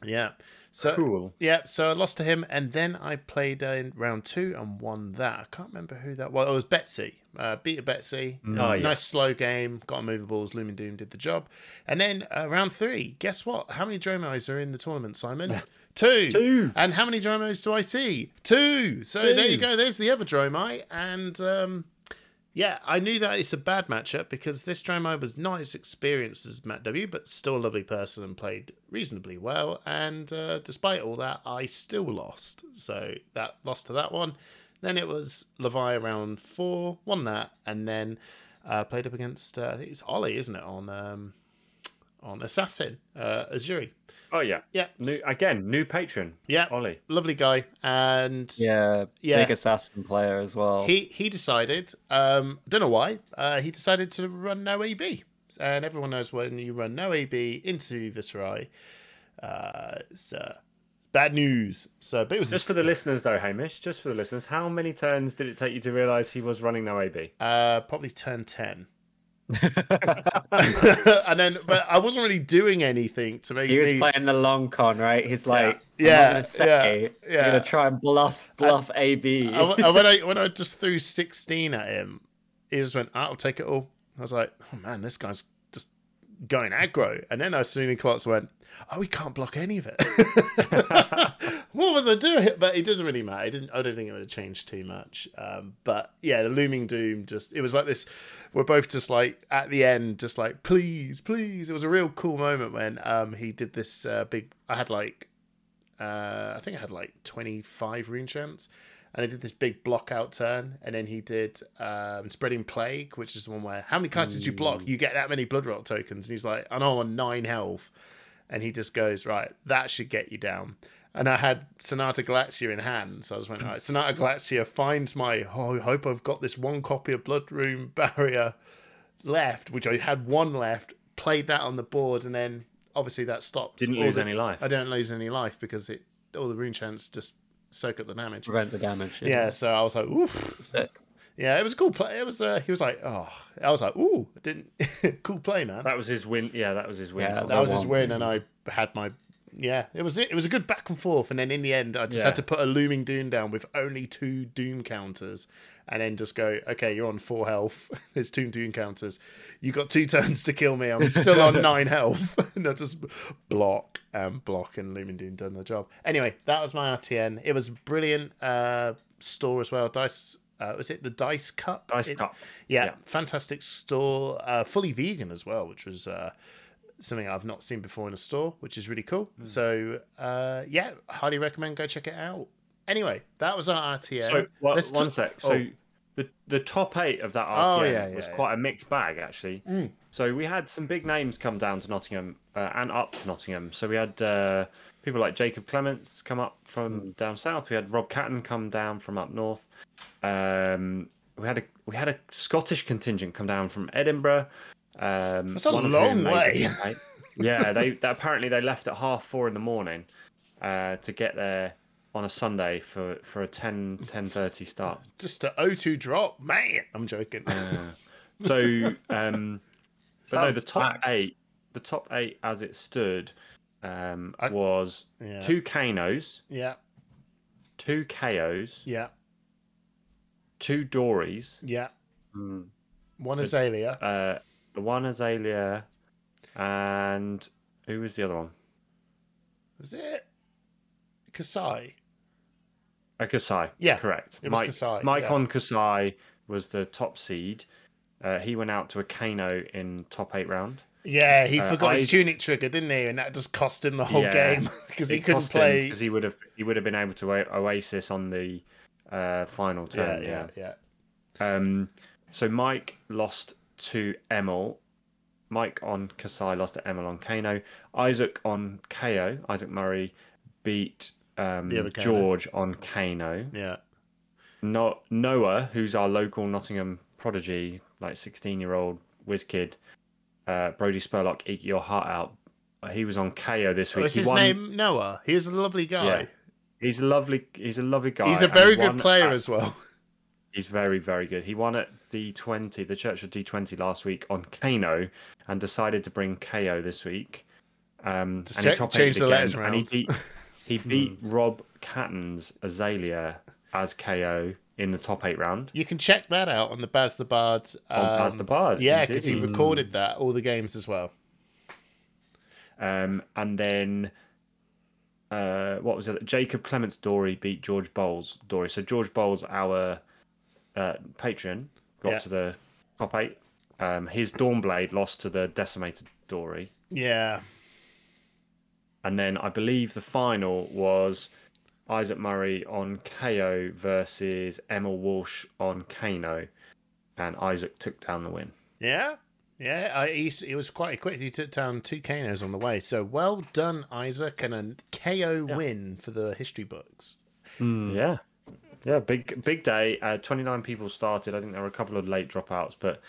A: Yeah. So
B: Cool.
A: yeah, so I lost to him, and then I played uh, in round two and won that. I can't remember who that was. Oh, it was Betsy. Uh, beat a Betsy.
B: Oh, yeah.
A: Nice slow game. Got immovables. Loom and Doom did the job. And then uh, round three, guess what? How many Dromos are in the tournament, Simon? Two.
B: Two.
A: And how many Dromos do I see? Two. So there you
B: Two.
A: go. There's the other Dromai. And um, yeah, I knew that it's a bad matchup because this Dromai was not as experienced as Matt W, but still a lovely person and played reasonably well. And uh, despite all that, I still lost. So that lost to that one. Then it was Levi round four, won that, and then uh, played up against uh, I think it's Ollie, isn't it, on um, on Assassin uh, Azuri.
B: Oh yeah.
A: Yeah,
B: New again, new patron.
A: yeah,
B: Ollie.
A: lovely guy, and
C: Yeah,
A: Yeah.
C: big assassin player as well.
A: he he decided um don't know why uh he decided to run no ab and everyone knows when you run no ab into viscerai uh it's uh, bad news so but it was
B: Just
A: [laughs]
B: for the listeners though, Hamish, just for the listeners, how many turns did it take you to realise he was running no AB?
A: uh probably turn
B: [laughs]
A: 10 [laughs] and then but i wasn't really doing anything to make
C: He was
A: me
C: playing the long con, right? He's like,
A: Yeah,
C: I'm not gonna say.
A: yeah,
C: I'm
A: yeah.
C: gonna try and bluff, bluff AB.
A: I, I- when i when i just threw 16 at him he just went "Ah, i'll take it all i was like oh man this guy's just going aggro and then i soon clocks went oh he can't block any of it [laughs] what was i doing but it doesn't really matter it didn't i don't think it would have changed too much um but yeah the looming doom just it was like this we're both just like at the end just like please please it was a real cool moment when um he did this uh, big i had like uh, I think I had like 25 rune chants, and I did this big block out turn, and then he did um, spreading plague, which is the one where how many cards did you
B: Mm.
A: block? You get that many blood rot tokens, and he's like, I know I'm on nine health, and he just goes right, that should get you down. And I had Sonata Galaxia in hand, so I just went, all right, Sonata Galaxia finds my, oh, I hope I've got this one copy of Blood Room Barrier left, which I had one left, played that on the board, and then obviously that stops.
B: Didn't
A: all
B: lose
A: the-
B: any life.
A: I don't lose any life because it all the rune chants just soak up the damage.
C: prevent the damage.
A: Yeah, so I was like, oof.
C: Sick.
A: Yeah, it was a cool play. It was. Uh, he was like, oh, I was like, ooh, I didn't [laughs] cool play, man. That,
B: That was his win. Yeah, that was his win.
C: Yeah,
B: for
C: that
A: was his
C: one.
A: win, and I had my. Yeah, it was it. It was a good back and forth, and then in the end, I just
B: Yeah.
A: had to put a looming doom down with only two doom counters, and then just go, okay, you're on four health. [laughs] There's two doom counters. You got two turns to kill me. I'm still
B: [laughs]
A: on nine health. [laughs] and I just block and block, and looming doom done the job. Anyway, that was my RTN. It was a brilliant uh, store as well. Dice. Uh, was it the Dice Cup?
B: Dice
A: It-
B: Cup.
A: yeah,
B: Yeah.
A: fantastic store, uh, fully vegan as well, which was uh, something I've not seen before in a store, which is really cool.
B: Hmm.
A: So uh, yeah, highly recommend go check it out. Anyway, that was our RTM.
B: So well,
A: Let's
B: one
A: t-
B: sec.
A: oh,
B: So the the top eight of that RTM
A: Oh, yeah, yeah,
B: was
A: yeah. Mm.
B: quite a mixed bag actually. So we had some big names come down to Nottingham uh, and up to Nottingham. So we had uh, people like Jacob Clements come up from
A: Mm.
B: down south. We had Rob Catton come down from up north. Um, we had a we had a Scottish contingent come down from Edinburgh. Um,
A: That's a
B: one of
A: long
B: whom made
A: way.
B: the eight. yeah, they, they apparently they left at half four in the morning uh, to get there on a Sunday for, for a 10, 10.30 start.
A: just a O2 drop, man. I'm joking.
B: So, um, but no,
C: Sounds
B: the top
C: stacked.
B: eight, the top eight as it stood, um,
A: I-
B: was
A: Yeah.
B: two Kanos,
A: [laughs] yeah,
B: two KOs,
A: yeah,
B: two Dories,
A: yeah.
B: Hmm.
C: Mm.
A: One Azalea.
B: uh, one Azalea, and who was the other one?
A: Was it Kasai?
B: Uh, Kasai.
A: Yeah,
B: correct.
A: it was Kasai,
B: Mike
A: yeah.
B: on Kasai was the top seed. Uh, he went out to a Kano in top eight round.
A: Yeah, he
B: Uh,
A: forgot
B: I-
A: his tunic trigger, didn't he? And that just cost him the whole
B: Yeah.
A: game [laughs] because he couldn't play.
B: because he would have he would have been able to o- Oasis on the uh, final
A: yeah,
B: turn.
A: yeah, yeah.
B: yeah. Um, so Mike lost to Emil. Mike on Kasai lost to Emil on Kano. Isaac on KO. Isaac Murray beat um,
A: The other Kano.
B: George on Kano.
A: Yeah.
B: No- Noah, who's our local Nottingham prodigy, like 16 year old whiz kid, uh, Brody Spurlock, eat your heart out. He was on KO this week.
A: What's
B: He
A: Oh, his
B: won-
A: name? Noah. He was a lovely guy.
B: Yeah. He's a lovely. He's a lovely guy.
A: He's a
B: and
A: very
B: he
A: good
B: won
A: player
B: at-
A: as well. [laughs]
B: He's very very good. He won at D20, the Churchill D20 last week on Kano, and decided to bring KO this week. Um,
A: To
B: and
A: check-
B: he top
A: change
B: eighted
A: the
B: again,
A: letters Hmm.
B: and he
A: round.
B: beat
A: [laughs]
B: he beat Rob Catton's Azalea as KO in the top eight round.
A: You can check that out on the Baz the Bard. Um,
B: On past the bar,
A: Yeah, because he recorded that all the games as well.
B: Um, and then uh, what was it? Jacob Clements Dory beat George Bowles Dory. So George Bowles, our uh, patron, got
A: Yeah.
B: to the top eight. Um, his Dawnblade lost to the decimated Dory,
A: Yeah,
B: and then I believe the final was Isaac Murray on KO versus Emma Walsh on Kano, and Isaac took down the win.
A: Yeah. Yeah, I, he, s- he was quite quick. He took down two Kanos on the way. So well done, Isaac, and a KO
B: Yeah.
A: win for the history books.
C: Hmm.
B: Yeah. Yeah, big big day. Uh, 29 people started. I think there were a couple of late dropouts, but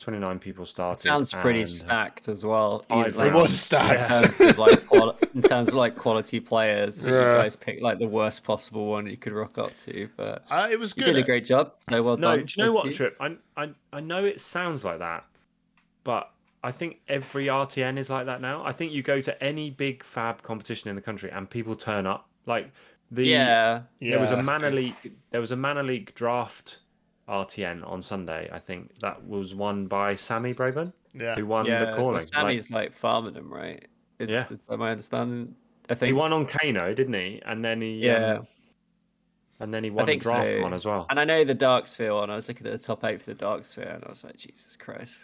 B: 29 people started.
C: Sounds pretty
B: and-
C: stacked as well.
B: Five
C: even,
A: Oh, It
B: rounds.
C: like,
A: was
C: in
A: stacked.
C: terms
A: [laughs]
C: of, like, quali- in terms of like quality players, I think
A: Yeah.
C: you guys picked like the worst possible one you could rock up to. But
A: [laughs] Uh, it was
C: you
A: good.
C: did a great job. So well
B: No,
C: done.
B: do you know
C: both
B: what,
C: of
B: Trip? I, I I know it sounds like that, but I think every RTN is like that now. I think you go to any big fab competition in the country and people turn up. Like the
C: Yeah.
B: there was a
A: Yeah.
B: Manor League there was a Manor League draft RTN on Sunday, I think. That was won by Sammy Braben,
A: Yeah.
B: who won
C: yeah.
B: the calling. Like,
C: Sammy's like, farming them, right? Is,
B: Yeah.
C: is that my understanding? I think.
B: he won on Kano, didn't he? And then he um,
C: yeah.
B: and then he won a
C: think
B: draft
C: so.
B: one as well.
C: And I know the Dark Sphere one. I was looking at the top eight for the Dark Sphere, and I was like, Jesus Christ.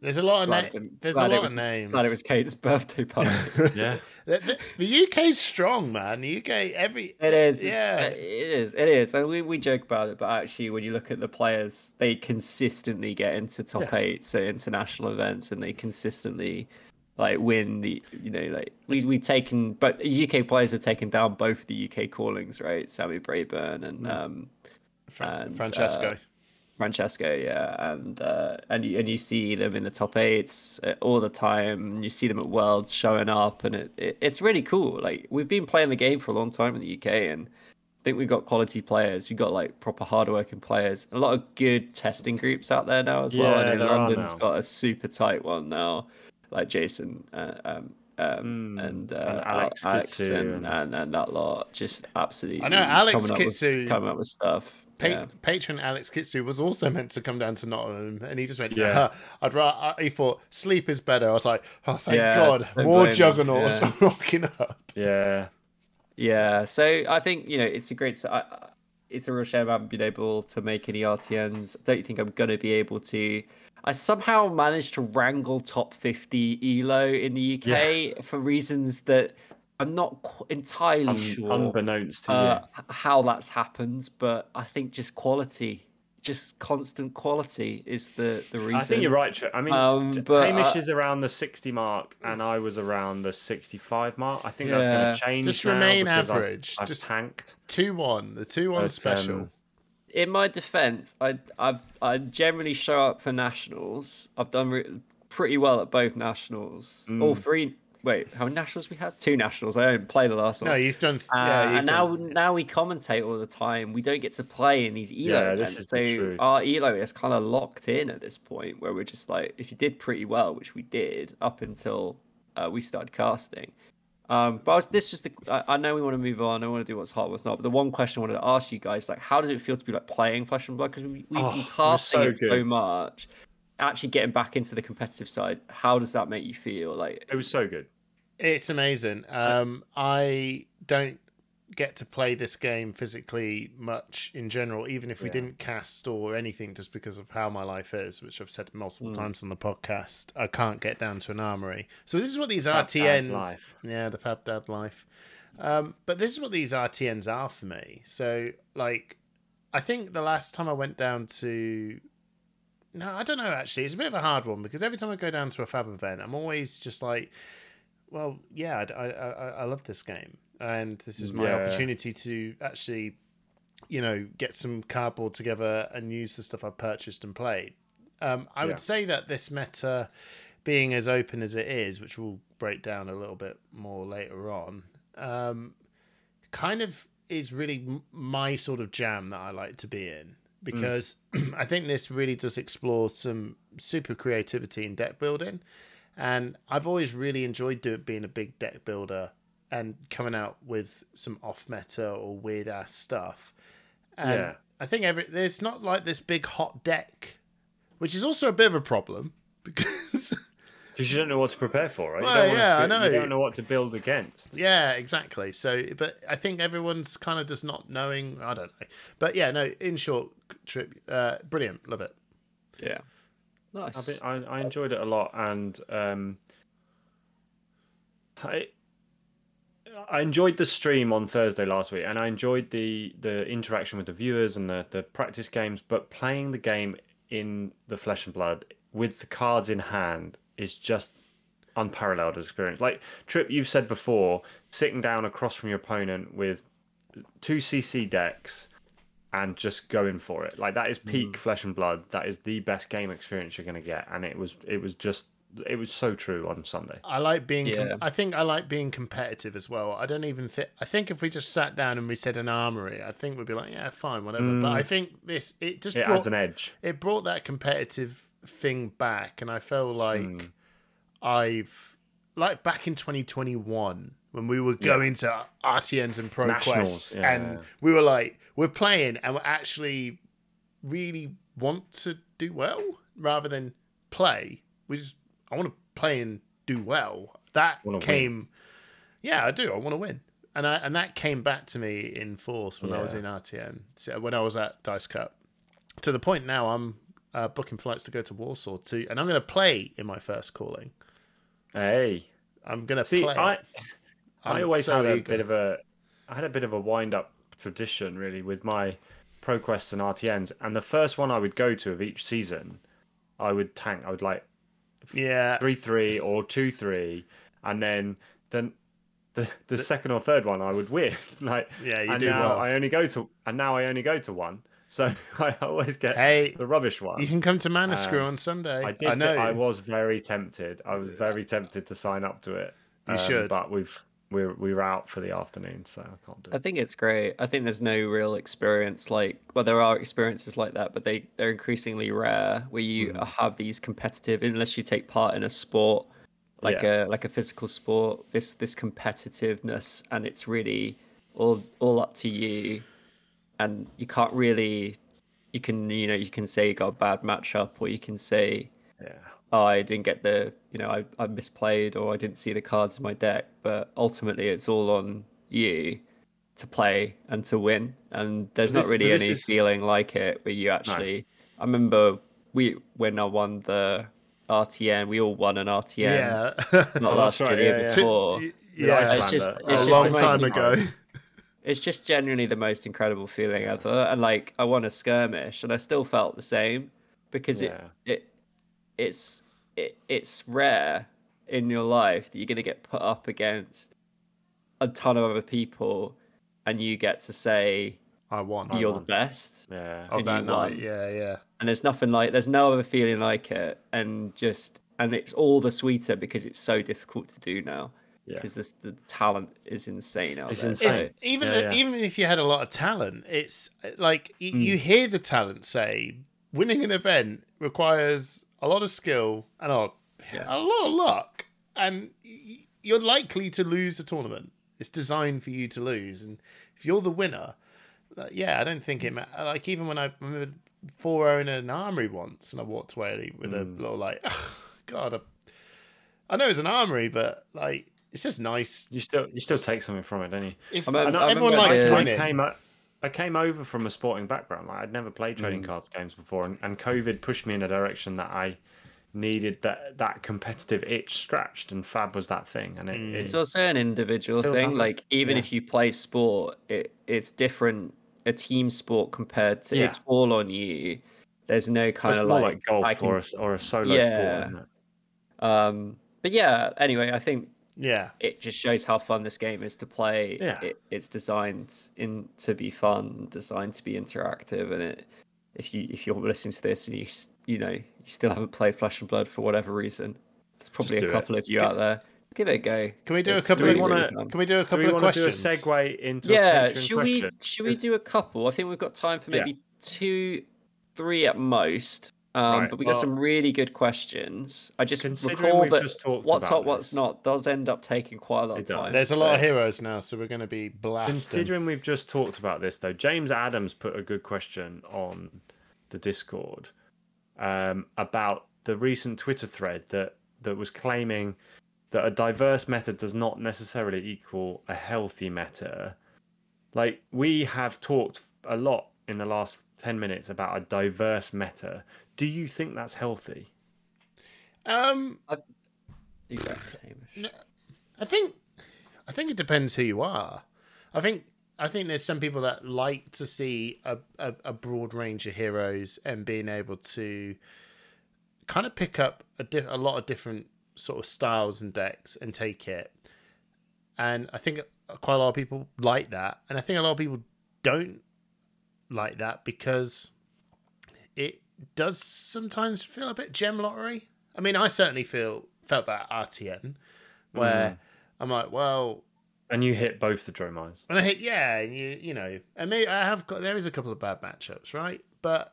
A: There's a lot of
C: Glad
A: na-
C: it-
A: there's a
C: glad it
A: lot
C: was-
A: of names.
C: Glad it was Kate's birthday party.
A: [laughs]
B: Yeah.
A: The, the, the UK's strong, man. The UK every
C: It is. Yeah.
A: Yeah.
C: It is. It is. And we, we joke about it, but actually, when you look at the players, they consistently get into top
B: Yeah.
C: eights at international events, and they consistently like win the you know like we we taken but UK players have taken down both the UK callings right Sammy Brayburn and um
A: Fra-
C: and,
A: Francesco.
C: uh, Francesco, yeah, and uh, and you, and you see them in the top eights uh, all the time. You see them at Worlds showing up, and it, it it's really cool. Like we've been playing the game for a long time in the UK, and I think we've got quality players. We've got like proper hardworking players. A lot of good testing groups out there now as well.
B: Yeah,
C: I know
B: there are
C: London's
B: now.
C: got a super tight one now, like Jason uh, um, um,
B: Mm,
C: and, uh,
B: and
C: Al-
B: Alex Kitsu
C: and,
B: and-
C: and and that lot. Just absolutely.
A: I know Alex
C: coming up with-
A: Kitsu-
C: coming up with stuff.
A: Pa-
C: yeah.
A: Patron Alex Kitsu was also meant to come down to Nottingham, and he just went,
B: Yeah.
A: "Yeah, I'd rather." He thought sleep is better. I was like, "Oh, thank
C: Yeah,
A: God,
C: don't
A: more
C: blame him.
A: juggernauts
C: Yeah.
A: are [laughs] rocking up."
B: Yeah.
C: Yeah, so I think you know it's a great. I, I- it's a real shame I haven't been able to make any RTNs. I don't think I'm gonna be able to. I somehow managed to wrangle top 50 elo in the UK for reasons that I'm not qu- entirely
B: Un-
C: sure
B: Unbeknownst to
C: uh, h- how that's happened, but I think just quality, just constant quality, is the the
B: you.
C: reason.
B: I think you're right, Trip. I mean,
C: Um,
B: J-
C: but
B: Hamish
C: I-
B: is around the 60 mark, and I was around the 65 mark. I think that's
C: Yeah.
B: going to change.
A: Just
B: now
A: remain
B: because I've-
A: average.
B: I've,
A: Just-
B: tanked.
A: Two one, the two
B: But,
A: one
B: um,
A: special.
C: in my defense, I I've I generally show up for nationals. I've done re- pretty well at both nationals. All three. Wait, how many nationals we had? Two nationals. I only played the last one.
A: no, you've done. Th-
C: Uh,
A: yeah, you've
C: and now,
A: done.
C: now we commentate all the time. We don't get to play in these elo
B: Yeah, this
C: events,
B: is
C: so
B: the truth.
C: our elo is kind of locked in at this point, where we're just like, if you did pretty well, which we did up until uh, we started casting. Um, but I was, this just, a- I I know we want to move on. I want to do what's hot, what's not. But the one question I wanted to ask you guys, like, how does it feel to be like playing Flesh and Blood? Because we, we've
B: Oh,
C: been
B: it was
C: casting
B: so
C: it so
B: good.
C: much. Actually, getting back into the competitive side, how does that make you feel? Like,
B: It was so good.
A: It's amazing.
B: Uh,
A: Um, I don't get to play this game physically much in general, even if we
B: Yeah.
A: didn't cast or anything, just because of how my life is, which I've said multiple
B: Hmm.
C: Mm.
A: times on the podcast. I can't get down to an armory. So this is what these
B: Fab dad
A: RTNs.
B: life.
A: Yeah, the Fab Dad life. Um, but this is what these RTNs are for me. So like, I think the last time I went down to no, I don't know actually. It's a bit of a hard one because every time I go down to a fab event, I'm always just like, well, yeah, I, I, I, I love this game. And this is my
B: Yeah.
A: opportunity to actually, you know, get some cardboard together and use the stuff I've purchased and played. Um, I
B: Yeah.
A: would say that this meta being as open as it is, which we'll break down a little bit more later on, um, kind of is really m- my sort of jam that I like to be in because [clears throat] I think this really does explore some super creativity in deck building. And I've always really enjoyed do, being a big deck builder and coming out with some off meta or weird ass stuff.
C: Um,
A: And
B: Yeah.
A: I think every there's not like this big hot deck, which is also a bit of a problem [laughs] because
B: Because you don't know what to prepare for, right? You
A: Well,
B: don't wanna
A: yeah, I
B: bu-
A: know.
B: You don't know what to build against.
A: Yeah, exactly. So, but I think everyone's kind of just not knowing. I don't know. But yeah, no. In short, trip, uh, brilliant. Love it.
C: yeah, nice.
B: I've been- I, I enjoyed it a lot, and um, I, I enjoyed the stream on Thursday last week, and I enjoyed the the interaction with the viewers and the the practice games. But playing the game in the flesh and blood with the cards in hand is just unparalleled experience. Like Trip, you've said before, sitting down across from your opponent with two CC decks and just going for it. Like that is peak
A: Mm.
B: flesh and blood. That is the best game experience you're gonna get, and it was it was just it was so true on Sunday.
A: I like being. com-
C: Yeah.
A: I think I like being competitive as well. I don't even think. I think if we just sat down and we said an armory, I think we'd be like, yeah, fine, whatever. But I think this it just
B: Mm. It
A: brought
B: adds an edge.
A: it brought that competitive thing back, and I feel like
B: Hmm.
A: I've like back in 2021 when we were going to RTNs and Pro
B: Nationals,
A: Quests,
B: yeah.
A: and we were like, we're playing and we're actually really want to do well rather than play. We just I want to play and do well. That
B: Wanna win.
A: came, yeah, I do. I want to win, and I and that came back to me in force when I was
B: Yeah.
A: in RTN, so when I was at Dice Cup. To the point now, I'm uh, booking flights to go to Warsaw too, and I'm going to play in my first calling.
B: Hey,
A: I'm going to
B: see,
A: play.
B: I
A: I'm
B: I always
A: so
B: had a
A: eager.
B: bit of a I had a bit of a wind up tradition really with my ProQuests and RTNs, and the first one I would go to of each season, I would tank. I would like
A: yeah,
B: three three or two three, and then then the the second or third one I would win. [laughs] like
A: Yeah, you
B: and
A: do
B: now
A: well.
B: I only go to and now I only go to one, so [laughs] I always get
A: Hey,
B: the rubbish one.
A: you can come to Manascrew on Sunday.
B: Uh, I
A: I,
B: did. I,
A: know.
B: I was very tempted. I was very tempted to sign up to it. um,
A: You should.
B: But we've we're we were out for the afternoon, so I can't do
C: I
B: it.
C: think it's great. I think there's no real experience like well, there are experiences like that, but they they're increasingly rare where you have these competitive unless you take part in a sport like a like a physical sport. This this competitiveness and it's really all all up to you, and you can't really you can you know you can say you got a bad matchup or you can say
B: Yeah.
C: oh, I didn't get the, you know, I, I misplayed or I didn't see the cards in my deck. But ultimately, it's all on you to play and to win. And there's
B: This-
C: not really
B: this
C: any
B: is-
C: feeling like it where you actually. I remember we when I won the RTN, we all won an RTN.
A: yeah. [laughs]
C: Not
B: Oh,
C: last
B: that's
C: year,
B: right,
C: the year
B: yeah, yeah.
C: before.
A: yeah.
B: Iceland.
C: It's just,
B: Slander.
C: it's
A: a
C: just
A: long
C: the most
A: time ago.
C: it's just genuinely the most incredible feeling ever. And like I won a skirmish and I still felt the same because
B: Yeah.
C: it it it's it, it's rare in your life that you're gonna get put up against a ton of other people and you get to say
A: [laughs] I won.
C: you're
B: won.
C: the best.
B: Yeah.
A: of
C: and
A: that
C: you
A: night.
C: won.
A: Yeah, yeah.
C: And there's nothing like there's no other feeling like it and just and it's all the sweeter because it's so difficult to do now.
B: Yeah.
C: Because this the talent is insane out
B: It's
C: there.
B: insane.
A: It's
B: Right.
A: even
B: Yeah, Hmm.
A: the-
B: yeah.
A: even if you had a lot of talent, it's uh, like y- you hear the talent say winning an event requires a lot of skill and a, a lot of luck, and y- you're likely to lose a tournament. It's designed for you to lose, and if you're the winner, like, yeah, I don't think it matters. Like even when I remember four oh in an armory once, and I walked away with
B: Hmm.
A: a little like, God, I, I know it's an armory, but like it's just nice.
B: You still you still take something from it, don't you?
A: It's,
C: I'm a-
A: and
C: I
A: everyone
C: remember
A: likes
C: the-
B: I
A: winning.
B: came o- I came over from a sporting background. Like I'd never played
C: Hmm.
B: trading cards games before, and, and COVID pushed me in a direction that I needed that that competitive itch scratched, and Fab was that thing, and it,
C: It's
B: it
C: also an individual
B: Still
C: thing.
B: doesn't,
C: Like even
B: yeah.
C: if you play sport, it it's different. A team sport compared to
B: Yeah.
C: it's all on you. There's no kind
B: it's
C: of
B: more
C: like,
B: like, golf
C: I can-
B: or, a, s- or a solo
C: Yeah.
B: sport, isn't it?
C: um. But yeah. Anyway, I think
A: Yeah.
C: it just shows how fun this game is to play.
B: Yeah.
C: It, it's designed in to be fun, designed to be interactive, and it. If you if you're listening to this and you s- you know you still haven't played Flesh and Blood for whatever reason, there's probably
B: do
C: a
B: it.
C: couple of you out there. Give it a go.
A: Can we do
C: It's
A: a couple
B: we
A: of
B: wanna-
C: fun.
A: Can we do a
B: Do
A: couple
B: we
A: of
B: want to do a
A: questions?
B: segue into a
C: yeah
B: Patreon
C: should we
B: question?
C: should we
B: 'Cause-
C: do a couple i think we've got time for
B: Yeah.
C: maybe two three at most um
B: Right,
C: but we got
B: well,
C: some really good questions i just
B: considering
C: recall
B: we've
C: that
B: just talked
C: what's
B: about
C: hot what's
B: this-
C: not does end up taking quite a lot
B: It
C: of
B: does.
C: time
A: There's a lot of
C: so-
A: heroes now, so we're going to be blasting.
B: Considering we've just talked about this, though, James Adams put a good question on the Discord um, about the recent Twitter thread that that was claiming that a diverse meta does not necessarily equal a healthy meta. Like we have talked a lot in the last ten minutes about a diverse meta. Do you think that's healthy?
A: Um,
C: You go, Hamish.
A: I think I I think it depends who you are. I think I think there's some people that like to see a, a, a broad range of heroes and being able to kind of pick up a, di- a lot of different sort of styles and decks and take it. And I think quite a lot of people like that, and I think a lot of people don't like that because it does sometimes feel a bit gem lottery. I mean, I certainly feel felt that at RTN where I'm like, well,
B: And you hit both the Dromize.
A: and I hit yeah, and you you know, and maybe I have got there is a couple of bad matchups, right? But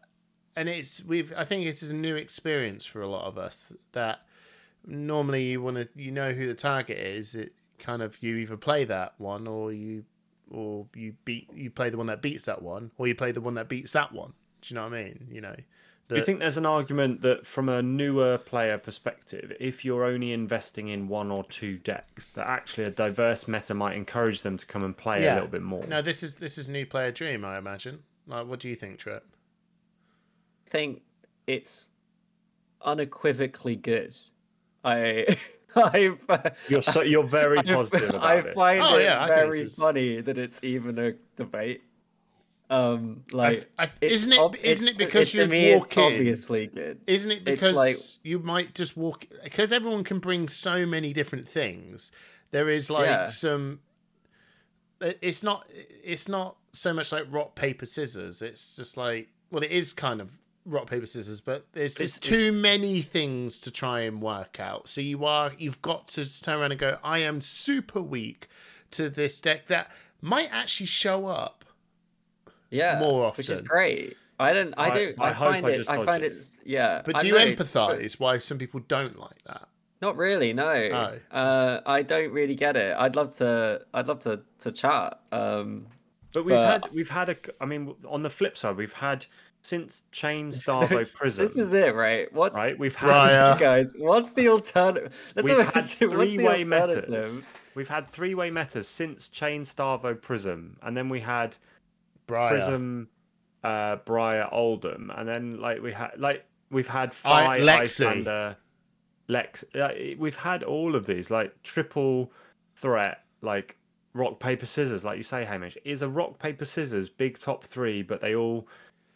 A: and it's we've I think it is a new experience for a lot of us that normally you want to you know who the target is. It kind of you either play that one or you or you beat you play the one that beats that one or you play the one that beats that one. Do you know what I mean? You know.
B: Do you think there's an argument that from a newer player perspective, if you're only investing in one or two decks, that actually a diverse meta might encourage them to come and play
A: Yeah.
B: a little bit more?
A: No, this is this is new player dream, I imagine. Like, what do you think, Trip?
C: I think it's unequivocally good. I [laughs] I
B: You're so you're very
C: [laughs] I-
B: positive about
C: I
B: it.
C: find
A: Oh,
C: it
A: yeah, I think
C: very
A: this is-
C: funny that it's even a debate. Um, like,
A: I, I,
C: it's
A: isn't it?
C: ob-
A: isn't it
C: it's-
A: because
C: to
A: you
C: me,
A: walk
C: it's
A: in?
C: obviously good.
A: Isn't it
C: It's
A: because
C: like-
A: you might just walk because everyone can bring so many different things. There is like
C: Yeah.
A: some. It's not. It's not so much like rock paper scissors. It's just like well, it is kind of rock paper scissors, but there's
B: It's-
A: just too many things to try and work out. So you are you've got to just turn around and go. I am super weak to this deck that might actually show up.
C: yeah,
A: more
C: which is
A: often.
C: great. I don't. I
B: I-
C: don't. I,
B: I hope
C: find
B: I
C: it.
B: just
C: I
B: dodge
C: find
B: it.
C: it. Yeah.
A: But
C: I
A: do you
C: know it's- but-
A: empathise why some people don't like that?
C: Not really, no.
A: Oh.
C: Uh, I don't really get it. I'd love to. I'd love to to chat. Um, [laughs]
B: But we've
C: But-
B: had we've had a I mean on the flip side we've had since Chain Starvo
C: [laughs] this-
B: Prison
C: This is it, right? [laughs] What's
B: right we've had
A: Raya.
C: guys? What's the alternative? Let's
B: we've had
C: imagine what's the
B: three way metas
C: alternative.
B: we've had three way metas since Chain Starvo Prism and then we had
A: Briar.
B: Prism uh Briar Oldham and then like we had like we've had
A: I-
B: Fi
A: Lexi.
B: Icelander uh, Lex uh, we've had all of these like triple threat like rock paper scissors like you say Hamish is a rock paper scissors big top 3 but they all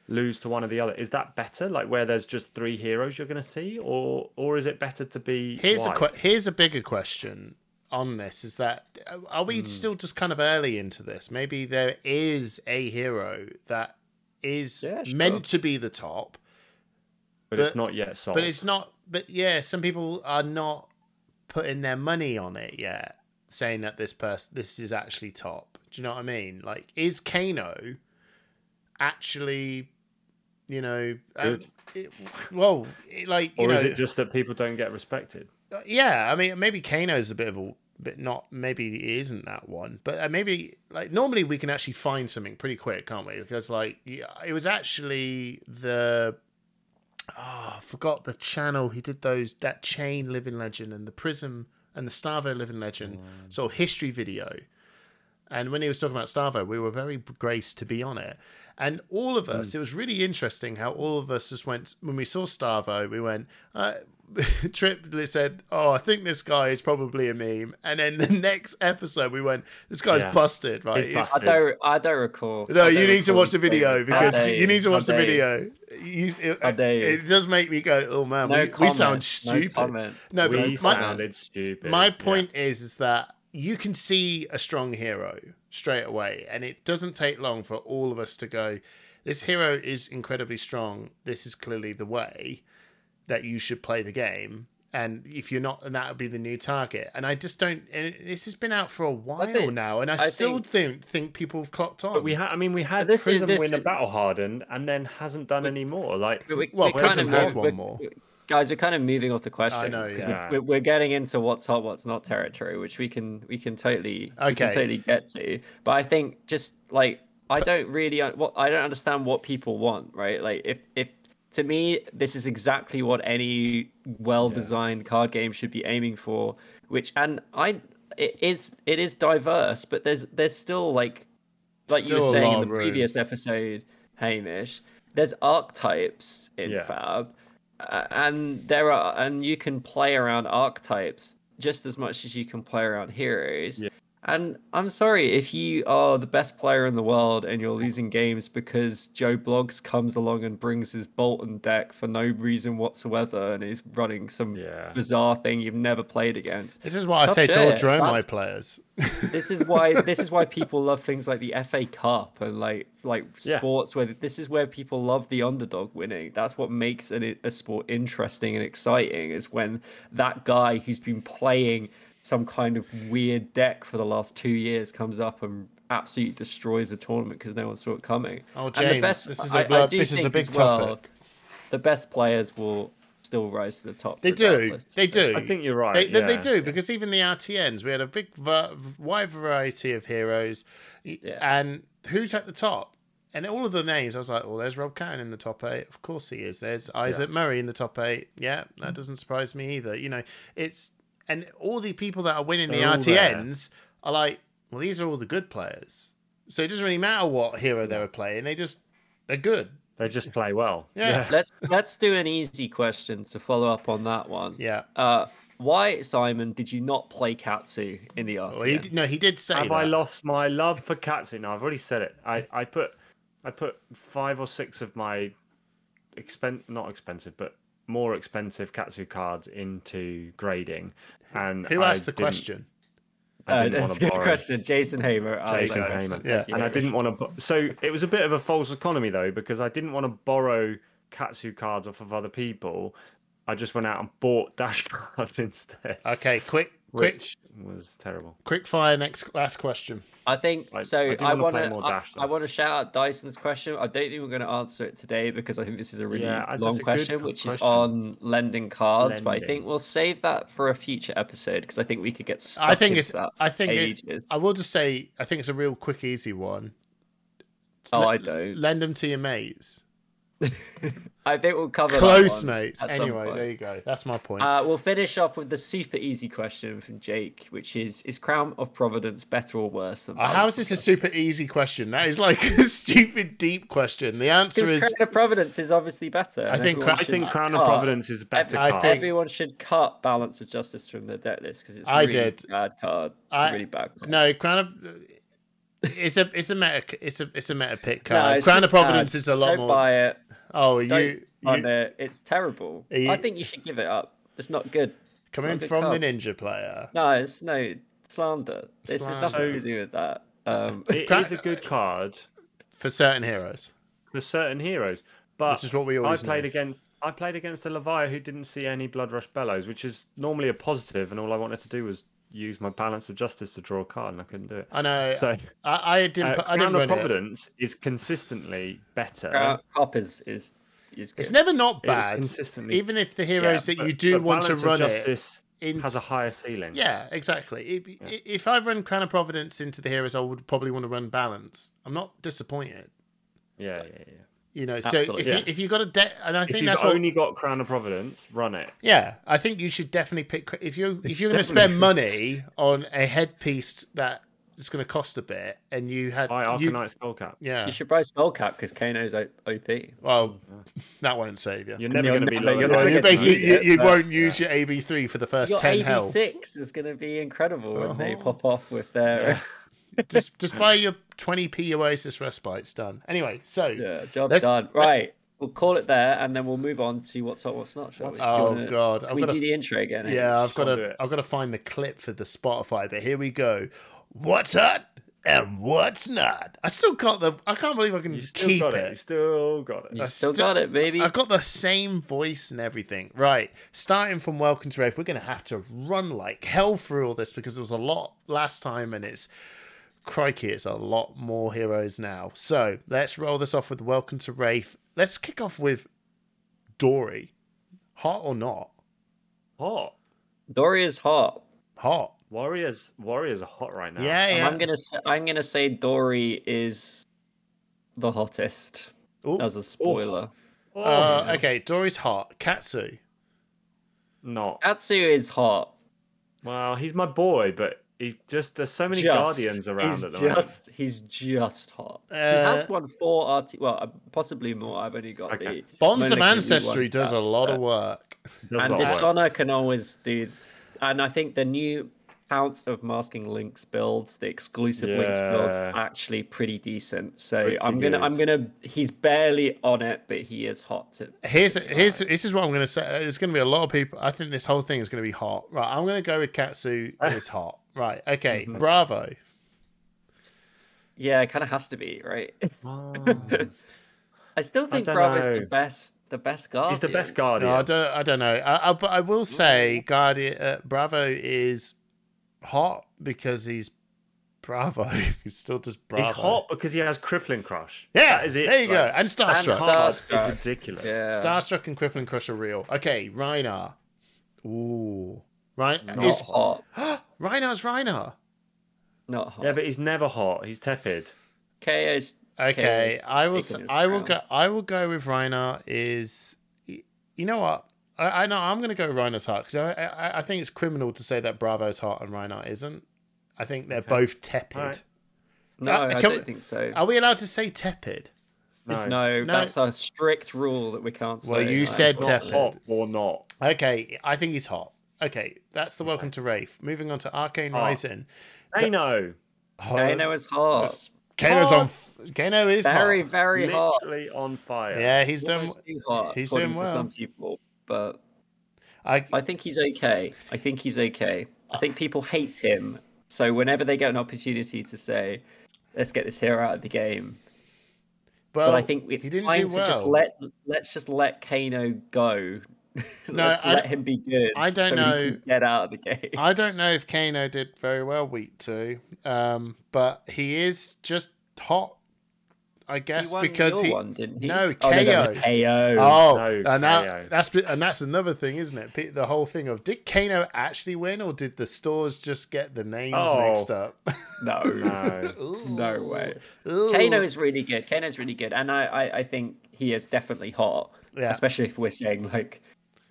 B: lose to one or the other is that better like where there's just three heroes you're going to see or or is it better to be
A: Here's
B: wide?
A: a que- here's a bigger question on this: is that uh, are
B: Hmm.
A: we still just kind of early into this? Maybe there is a hero that is
C: Yeah, sure.
A: meant to be the top,
B: but, it's
A: but-
B: not yet solved
A: but it's not. But yeah, some people are not putting their money on it yet, saying that this person this is actually top. Do you know what I mean? Like, is Kano actually? You know, um,
B: Good.
A: it, well, it, like, you
B: or
A: know,
B: is it just that people don't get respected
A: Uh, yeah, I mean, maybe Kano's a bit of a bit not. Maybe it isn't that one, but uh, maybe like normally we can actually find something pretty quick, can't we? Because like yeah, it was actually the oh, I forgot the channel. He did those that chain living legend and the prism and the Starvo living legend
B: Mm.
A: sort of history video. And when he was talking about Starvo, we were very graced to be on it. And all of
B: Mm.
A: us, it was really interesting how all of us just went, when we saw Starvo, we went, uh, [laughs] Trip said, Oh, I think this guy is probably a meme. And then the [laughs] next episode, we went, This guy's
B: Yeah.
A: busted, right?
B: He's
A: He's-
C: I
B: busted.
C: don't. I don't recall.
A: No,
C: I don't
A: you need to
C: recall
A: watch the video
C: saying-
A: because
C: Are
A: you need to
C: they-
A: watch the
C: are they-
A: video. You, it,
C: I dare you.
A: it does make me go, Oh man,
C: No
A: we, we
C: comment,
A: sound
C: No,
A: stupid.
C: comment.
A: No,
B: we
A: but my,
B: sounded stupid
A: my
B: yeah.
A: point is, is that you can see a strong hero straight away, and it doesn't take long for all of us to go, this hero is incredibly strong. This is clearly the way that you should play the game. And if you're not, and that would be the new target. And I just don't. And it- this has been out for a while
C: think-
A: now, and I,
C: I
A: still think, think people have clocked on.
B: But we had, I mean, we had
C: this is-
B: Prism
C: this
B: win a
C: is-
B: battle hardened and then hasn't done any more. Like,
C: We- we-
A: Well,
C: we're kinda
A: Prism has
C: move-
A: one
C: we're-
A: more.
C: Guys, we're kind of moving off the question.
A: I know,
C: 'cause
A: yeah.
C: we- We're, we're getting into what's hot, what's not territory, which we can we can totally we can
A: Okay.
C: totally get to. But I think just like I don't really un- what I don't understand what people want, right? Like if if to me this is exactly what any well-designed card game should be aiming for, which and I it is it is diverse, but there's there's still like like you
A: Still
C: were
A: a lot
C: saying in the
A: of room.
C: previous episode, Hamish, there's archetypes in
B: Yeah.
C: Fab, a- and there are and you can play around archetypes just as much as you can play around heroes.
B: Yeah.
C: And I'm sorry if you are the best player in the world and you're losing games because Joe Blogs comes along and brings his Bolton deck for no reason whatsoever and is running some
B: Yeah.
C: bizarre thing you've never played against.
A: This is what I
C: Tough
A: say to all
C: shit.
A: Dromai
C: That's-
A: players.
C: This is why this is why people love things like the FA Cup and like like
B: Yeah.
C: sports where this is where people love the underdog winning. That's what makes an, a sport interesting and exciting is when that guy who's been playing some kind of weird deck for the last two years comes up and absolutely destroys the tournament because no one saw it coming.
A: Oh,
C: And
A: James,
C: the best,
A: this is
C: I-
A: a
C: I
A: blood-
C: do
A: this is a
C: think
A: big
C: as well,
A: topic.
C: The best players will still rise to the top.
A: They do.
C: regardless.
A: They do.
B: I think you're right,
A: They, they, they
B: yeah.
A: do because even the RTNs, we had a big va- wide variety of heroes, Y-
C: Yeah.
A: and who's at the top? And all of the names, I was like, well, there's Rob Cannon in the top eight. Of course he is. There's Isaac Murray in the top eight. Yeah, that doesn't surprise me either. You know, it's and all the people that are winning the
B: They're all there.
A: RTNs are like, well, these are all the good players. So it doesn't really matter what hero they were playing. They just they're good.
B: They just play well.
A: Yeah.
C: let's let's do an easy question to follow up on that one.
A: Yeah.
C: Uh, why, Simon, did you not play Katsu in the RTN?
A: Well, he, d- no, he did say
B: Have
A: that.
B: I lost my love for Katsu? No, I've already said it. I, I put I put five or six of my expen not expensive, but more expensive Katsu cards into grading. And
A: Who
B: I
A: asked the
B: didn't-
A: question?
B: I
C: Uh,
B: didn't
C: that's
B: want
C: a
B: to
C: good
B: borrow.
C: question. Jason Hamer. asked
B: Jason
C: that
B: Hamer.
C: question.
A: Yeah.
C: Thank you,
B: And I
C: Hamer.
B: didn't want to. So it was a bit of a false economy though, because I didn't want to borrow Katsu cards off of other people. I just went out and bought dash [laughs] cards instead,
A: Okay, quick, quick,
B: which was terrible.
A: quick fire. Next, last question.
C: I think
B: I-
C: so.
B: I do
C: I
B: wanna
C: want
B: play
C: to.
B: more
C: I,
B: Dash,
C: I
B: though.
C: want to shout out Dyson's question. I don't think we're going to answer it today because I think this is a really
B: Yeah, I- that's a
C: long
B: good
C: question,
B: cu-
C: which is
B: question.
C: on lending cards. But I
B: Lending.
C: think we'll save that for a future episode because I think we could get. Stuck
A: I think
C: into
A: it's.
C: That
A: I think it,
C: ages.
A: I will just say. I think it's a real quick, easy one. Just
C: oh,
A: le-
C: I don't.
A: Lend them to your mates,
C: I think we'll cover that
A: close
C: one
A: mates.
C: at some
A: Anyway,
C: point.
A: there you go. That's my point.
C: Uh, we'll finish off with the super easy question from Jake, which is: Is Crown of Providence better or worse than?
A: Uh, how is this a super easy question? That is like [laughs] a stupid deep question. The answer
C: Because
A: is
C: Crown of Providence is obviously better. and
A: think
C: everyone
A: Crown-
B: I
C: should
B: think Crown of
C: cut-
B: Providence is a better
A: I
B: card.
A: think-
C: Everyone should cut Balance of Justice from their deck list because it's a
A: I
C: really
A: did.
C: bad card. It's a
A: I-
C: really bad card.
A: no crown of. uh, It's a it's a meta it's a it's a meta pick
C: No,
A: card.
C: it's
A: crown
C: just
A: of Providence
C: bad.
A: is a lot
C: Don't
A: more.
C: buy it.
A: oh,
C: Don't
A: you,
C: run
A: you
C: it. It's terrible.
A: Are you-
C: I think you should give it up. It's not good.
A: coming
C: good
A: from
C: card.
A: the ninja player.
C: No, it's no slander. This has nothing
A: Slander.
C: to do with that.
A: [laughs]
C: Um,
B: It
A: Cra-
B: is a good card
A: for certain heroes.
B: for certain heroes, but
A: Which is what we always
B: I played
A: know.
B: against. I played against a Leviah who didn't see any Blood Rush Bellows, which is normally a positive, and all I wanted to do was use my Balance of Justice to draw a card, and I couldn't do it.
A: I know.
B: So
A: I, I didn't.
B: uh,
A: put- I didn't
B: Crown of
A: run it.
B: Providence is consistently better.
C: Crown- Cop is is is good.
A: It's never not
B: It is
A: bad.
B: consistently-
A: Even if the heroes
B: but-
A: that you do
B: but
A: want to
B: Balance of
A: run it,
B: Justice
A: in-
B: has a higher ceiling.
A: yeah, exactly. If, if I run Crown of Providence into the heroes, I would probably want to run Balance. I'm not disappointed.
B: yeah, yeah. yeah.
A: You know, so
C: Absolutely.
A: if
B: Yeah.
A: you if you got a debt, and I
B: If
A: think
B: you've
A: that's what.
B: only got Crown of Providence, run it.
A: Yeah, I think you should definitely pick Cra- if you if
B: It's
A: you're going to
B: definitely- [laughs]
A: spend money on a headpiece that is going to cost a bit, and you had
B: Buy
A: you,
B: Arcanite Skullcap.
A: yeah,
C: You should buy Skullcap because Kano's O- OP.
A: well, [laughs] that won't save you.
B: You're never
C: you're
B: going to be
C: never-
B: lower
C: you're
B: than
C: never
A: Well,
B: that.
A: you
C: gonna
A: basically
C: use
A: you,
C: it,
A: you
C: but-
A: won't use your AB three for the first
C: Your
A: ten
C: AB
A: health.
C: six is going to be incredible when they
A: Oh.
C: pop off with their
A: just just buy your 20p Oasis respite's done. Anyway, so
C: yeah, job
A: Let's-
C: done. Right, we'll call it there, and then we'll move on to what's hot, what's not. Shall we? Do
A: [laughs]
C: you
A: oh
C: wanna-
A: god, I've
C: we
A: got
C: do
A: to,
C: the intro again. eh?
A: yeah, I've got
B: do it.
A: to I've got to find the clip for the Spotify. But here we go. What's hot and what's not? I still got the. I can't believe I can
B: You
A: just
B: still
A: keep
B: got it. You
A: it.
B: still got it.
C: you
A: I
C: still
A: still-
C: got it, baby.
A: I've got the same voice and everything. Right. Starting from Welcome to Rape, we're going to have to run like hell through all this because there was a lot last time and it's crikey, it's a lot more heroes now. So let's roll this off with Welcome to Rafe. Let's kick off with Dory. Hot or not?
B: Hot.
C: Dory is hot.
A: Hot.
B: Warriors, Warriors are hot right now.
A: Yeah,
C: And
A: yeah.
C: I'm gonna say, I'm gonna say Dory is the hottest
A: Ooh.
C: as a spoiler.
B: Oh,
A: Uh, okay, Dory's hot. Katsu.
B: not.
C: Atsu is hot.
B: Well, he's my boy, but he's just there's so many
C: Just-
B: guardians around
C: He's
B: at the moment.
C: just he's just hot. he
A: Uh,
C: has won four RT. Well, uh, possibly more. I've only got
B: Okay.
C: the
A: Bonds of
C: Monarchy ones
A: Ancestry does a
C: out,
A: lot
C: but-
A: of work.
B: Does
C: and
B: not work.
C: Dishonor can always do. And I think the new accounts of Masking Links builds, the exclusive Links builds,
B: Yeah.
C: actually pretty decent. So
B: Pretty
C: I'm gonna, I'm
B: good.
C: gonna. He's barely on it, but he is hot. To,
A: Here's here's this is what I'm going to say. There's going to be a lot of people. I think this whole thing is going to be hot. Right, I'm going to go with Katsu
B: [laughs]
A: is hot. Right, okay,
B: Mhm.
A: bravo.
C: yeah, it kind of has to be right.
B: Oh.
C: I still think
B: don't
C: Bravo's the
B: know.
C: best, the best
A: Oh,
C: guard.
B: He's the best guardian.
A: No, I don't. I don't know. I, I, but I will say, Guardian uh, Bravo is hot because he's Bravo. [laughs] he's still just Bravo.
B: He's hot because he has crippling crush.
A: Yeah,
B: that is it.
A: there you go.
B: Like,
A: And Starstruck.
C: And Star-
B: Hard
C: Starstruck.
B: is ridiculous.
C: Yeah.
A: Starstruck and Crippling Crush are real. Okay, Reinar. Ooh, right.
C: Not
A: Is [gasps]
C: hot.
A: Reinar's Reinar?
C: Not hot.
B: Yeah, but he's never hot. He's tepid.
C: K is
A: Okay, I will. s-
C: taking his
A: I will go.
C: crown.
A: I will go with Reiner. Is y- you know what? I, I know I'm going to go with Reiner's heart because I, I I think it's criminal to say that Bravo's heart and Reiner isn't. I think they're both tepid.
B: Alright.
C: No,
A: Uh,
C: I
A: can
C: don't
A: we-
C: think so.
A: Are we allowed to say tepid?
B: No,
C: no,
A: no.
C: that's a strict rule that we can't say.
A: Well, you
C: like,
A: said
B: it's
C: it's
B: not
A: tepid.
B: hot or not.
A: Okay, I think he's hot. Okay, that's the welcome to Rafe. Moving on to Arcane
B: Hot.
A: Rising.
B: They know.
A: Oh,
C: Kano is hot.
A: it's- Kano's on.
B: Hot.
A: f- Kano is
C: Very,
A: hot.
C: very hot.
B: Literally on fire.
A: Yeah, he's done.
C: Almost too hot,
A: he's
C: according
A: doing
C: to
A: well.
C: some people, but
A: I
C: I think he's okay. I think he's okay. I think people hate him, so whenever they get an opportunity to say, "Let's get this hero out of the game,"
A: well,
C: but I think it's
A: he didn't
C: time
A: do
C: to
A: well.
C: just let let's just let Kano go. [laughs]
A: No,
C: let's
A: I-
C: let him be good.
A: I don't
C: so
A: know.
C: He can get out of the game.
A: I don't know if Kano did very well week two, um, but he is just hot, I guess,
C: he won
A: because
C: your
A: he.
C: one, didn't he?
A: No,
C: Oh, that
A: KO.
C: was KO.
A: Oh,
B: No,
A: and that,
B: KO.
A: that's be- and that's another thing, isn't it? Pe- The whole thing of did Kano actually win, or did the stores just get the names
B: Oh.
A: mixed up? [laughs]
C: No,
B: No.
C: no way.
A: Ooh.
C: Kano is really good. Kano's really good, and I, I, I think he is definitely hot.
A: Yeah.
C: Especially if we're saying like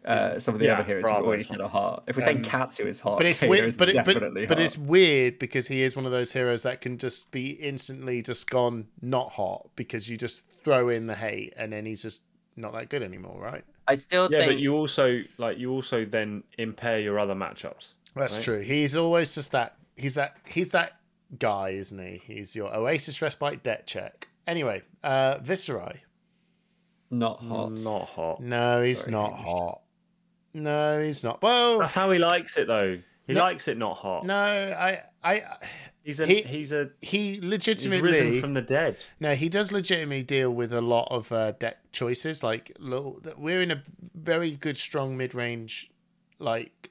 C: uh, some of the
B: Yeah,
C: other heroes
B: Bravo's
C: we've already said are hot. If we're saying
B: Um,
C: Katsu is hot,
A: But it's
C: Kano
A: weird.
C: is
A: But, it,
C: definitely
A: but, but
C: hot.
A: it's weird because he is one of those heroes that can just be instantly just gone not hot because you just throw in the hate and then he's just not that good anymore, right?
C: I still
B: Yeah,
C: think
B: but you also like you also then impair your other matchups.
A: That's
B: right?
A: true. He's always just that. He's that. He's that guy, isn't he? He's your Oasis respite debt check. Anyway, uh, Viscerai.
C: not hot.
B: Not hot.
A: No, he's
C: Sorry,
A: not
C: Hamish.
A: hot. No, he's not. Well,
B: That's how he likes it though. He
A: No-
B: likes it not hot.
A: no, I, I,
B: he's a
A: he-
B: he's a
A: he
B: he's risen
A: legitimately.
B: from the dead.
A: No, he does legitimately deal with a lot of uh, deck choices. Like little, we're in a very good, strong mid-range, like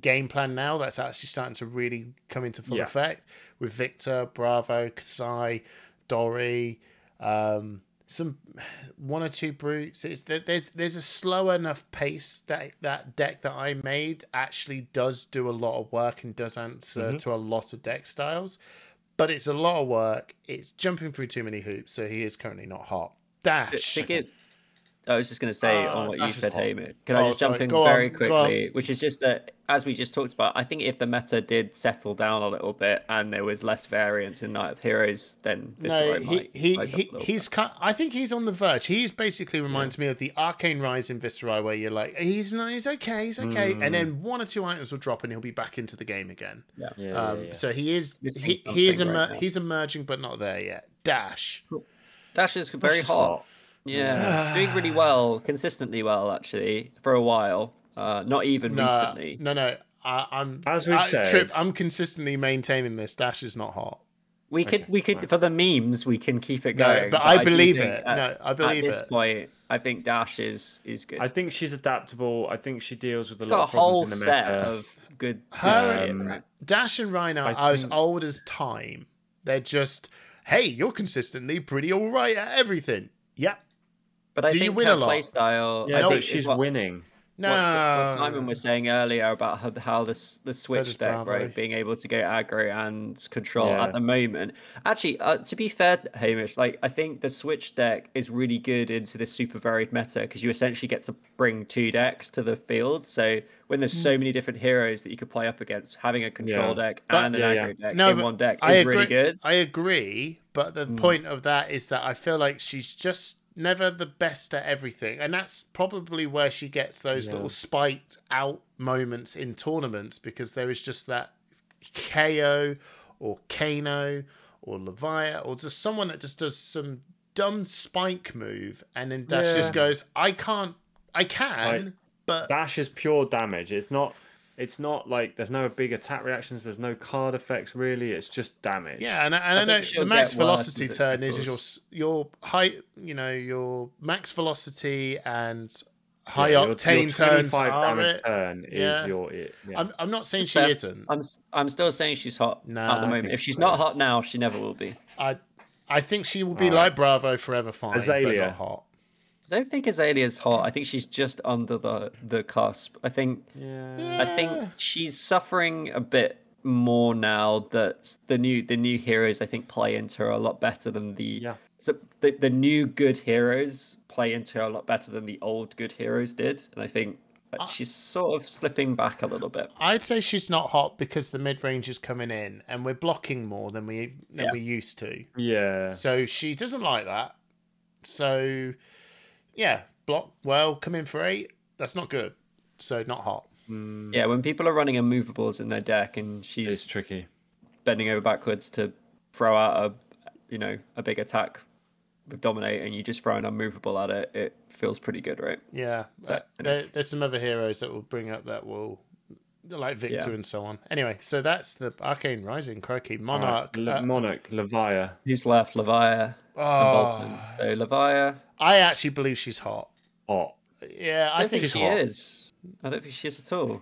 A: game plan now. That's actually starting to really come into full
B: Yeah.
A: effect with Victor, Bravo, Kasai, Dory, um, some one or two brutes. It's, there- there's there's a slow enough pace that that deck that I made actually does do a lot of work and does answer to a lot of deck styles, but it's a lot of work. It's jumping through too many hoops, so he is currently not hot.
C: To-
A: Dash.
C: to give- I was just going to say
B: Ah,
C: on what you
B: that's just
C: said,
B: hot.
C: Hamish. Can
A: Oh,
C: I just jump
A: sorry,
C: in
A: go on,
C: very
A: go on.
C: quickly? Which is just that, as we just talked about, I think if the meta did settle down a little bit and there was less variance in Night of Heroes, then this
A: No,
C: might,
A: he, he,
C: rise up a
A: he,
C: little
A: he's. ki I think he's on the verge. He's basically reminds me of the Arcane Rise in Viscerai, where you're like, he's not, he's okay, he's okay, and then one or two items will drop, and he'll be back into the game again.
C: bit. Hmm. Yeah.
B: Yeah,
A: Um,
B: yeah, yeah.
A: So he is
C: Missing
A: he, he is
C: something right
A: emer-
C: now.
A: he's emerging, but not there yet. Dash.
C: Dash is very
B: He's
C: hot.
A: [sighs]
C: Yeah, doing really well, consistently well actually for a while. Uh, not even
A: No,
C: recently.
A: no, no. I, I'm
B: As we've
A: I,
B: said-
A: Trip, I'm consistently maintaining this. Dash is not hot.
C: We could, we could for the memes, we can keep it
A: No,
C: going.
A: but I
C: do
A: believe
C: think
A: it. No, I believe
C: at this
A: it.
C: point, I think Dash is is good.
B: I think she's adaptable. I think she deals with a
C: We've got
B: lot
C: a
B: of
C: whole
B: problems in the
C: set
B: meta.
C: of good.
A: Her
C: good
B: Um,
C: shit.
A: Dash and Reinhardt
B: I
A: are as
B: think-
A: old as time. They're just, hey, you're consistently pretty all right at everything. Yep.
C: but I
A: do you
C: think
A: win
C: her
A: a lot?
C: playstyle.
B: Yeah,
C: I think
B: but
C: is
B: she's
C: what,
B: winning.
A: No.
C: what Si- what Simon was saying earlier about how, how the s- the switch
A: does
C: deck,
A: Bravo.
C: right, being able to go aggro and control
B: Yeah.
C: at the moment. Actually, uh, to be fair, Hamish, like I think the switch deck is really good into this super varied meta because you essentially get to bring two decks to the field. So when there's
A: Mm.
C: so many different heroes that you could play up against, having a control
B: Yeah.
C: deck
A: But-
C: and
B: Yeah,
C: an
B: yeah.
C: aggro deck
A: No,
C: in
A: but
C: one deck
A: I
C: is
A: agree,
C: really good.
A: I agree, but
B: Hmm.
A: the point of that is that I feel like she's just never the best at everything, and that's probably where she gets those
B: Yeah.
A: little spiked out moments in tournaments because there is just that KO or Kano or Leviat or just someone that just does some dumb spike move and then Dash
B: Yeah.
A: just goes, I can't, I can,
B: Right.
A: but
B: Dash is pure damage. It's not. It's not like there's no big attack reactions. There's no card effects really. It's just damage.
A: Yeah, and, I- and I, know
C: think she'll
A: the max
C: get worse
A: velocity
C: as it
A: turn is
C: goes.
A: your s- your high, you know, your max velocity and high
B: Yeah, your- your
A: octane turns
B: 25
A: are
B: damage
A: it.
B: turn is
A: Yeah.
B: your. It, yeah.
A: I'm, I'm not saying
C: It's
A: she
C: fair.
A: isn't.
C: I'm s- I'm still saying she's hot
A: Nah,
C: at the
A: I
C: moment.
B: think
C: If she's
B: so.
C: not hot now, she never will be.
A: I I think she will be
B: Alright.
A: like Bravo forever fine,
B: Azalea.
A: but not hot.
C: I don't think Azalea's hot. I think she's just under the the cusp. I think
B: yeah.
C: I think
A: Yeah.
C: she's suffering a bit more now that the new the new heroes I think play into her a lot better than the
B: Yeah.
C: so the, the new good heroes play into her a lot better than the old good heroes did, and I think that
B: Ah.
A: Uh,
C: she's sort of slipping back a little bit.
A: I'd say she's not hot because the mid range is coming in and we're blocking more than we than
C: Yeah.
A: we used to.
B: Yeah.
A: So she doesn't like that. So yeah, block well, come in for eight. That's not good. So not hot.
B: Mm,
C: Yeah, when people are running immovables in their deck and
B: it's
C: she's
B: tricky.
C: bending over backwards to throw out a you know a big attack with dominate, and you just throw an unmovable at it, it feels pretty good, right?
A: Yeah, uh, there, there's some other heroes that will bring up that will, like Victor
C: Yeah.
A: and so on. Anyway, so that's the Arcane Rising, Crikey,
B: Monarch,
A: Monarch. uh,
B: Monarch, Levia.
C: Who's left? Levia. and Bolton.
A: oh,
C: So Levia,
A: I actually believe she's hot.
B: Hot.
A: Yeah,
C: I
A: I,
C: don't think,
A: think,
C: she
A: she's hot.
C: is. I don't think she is at all.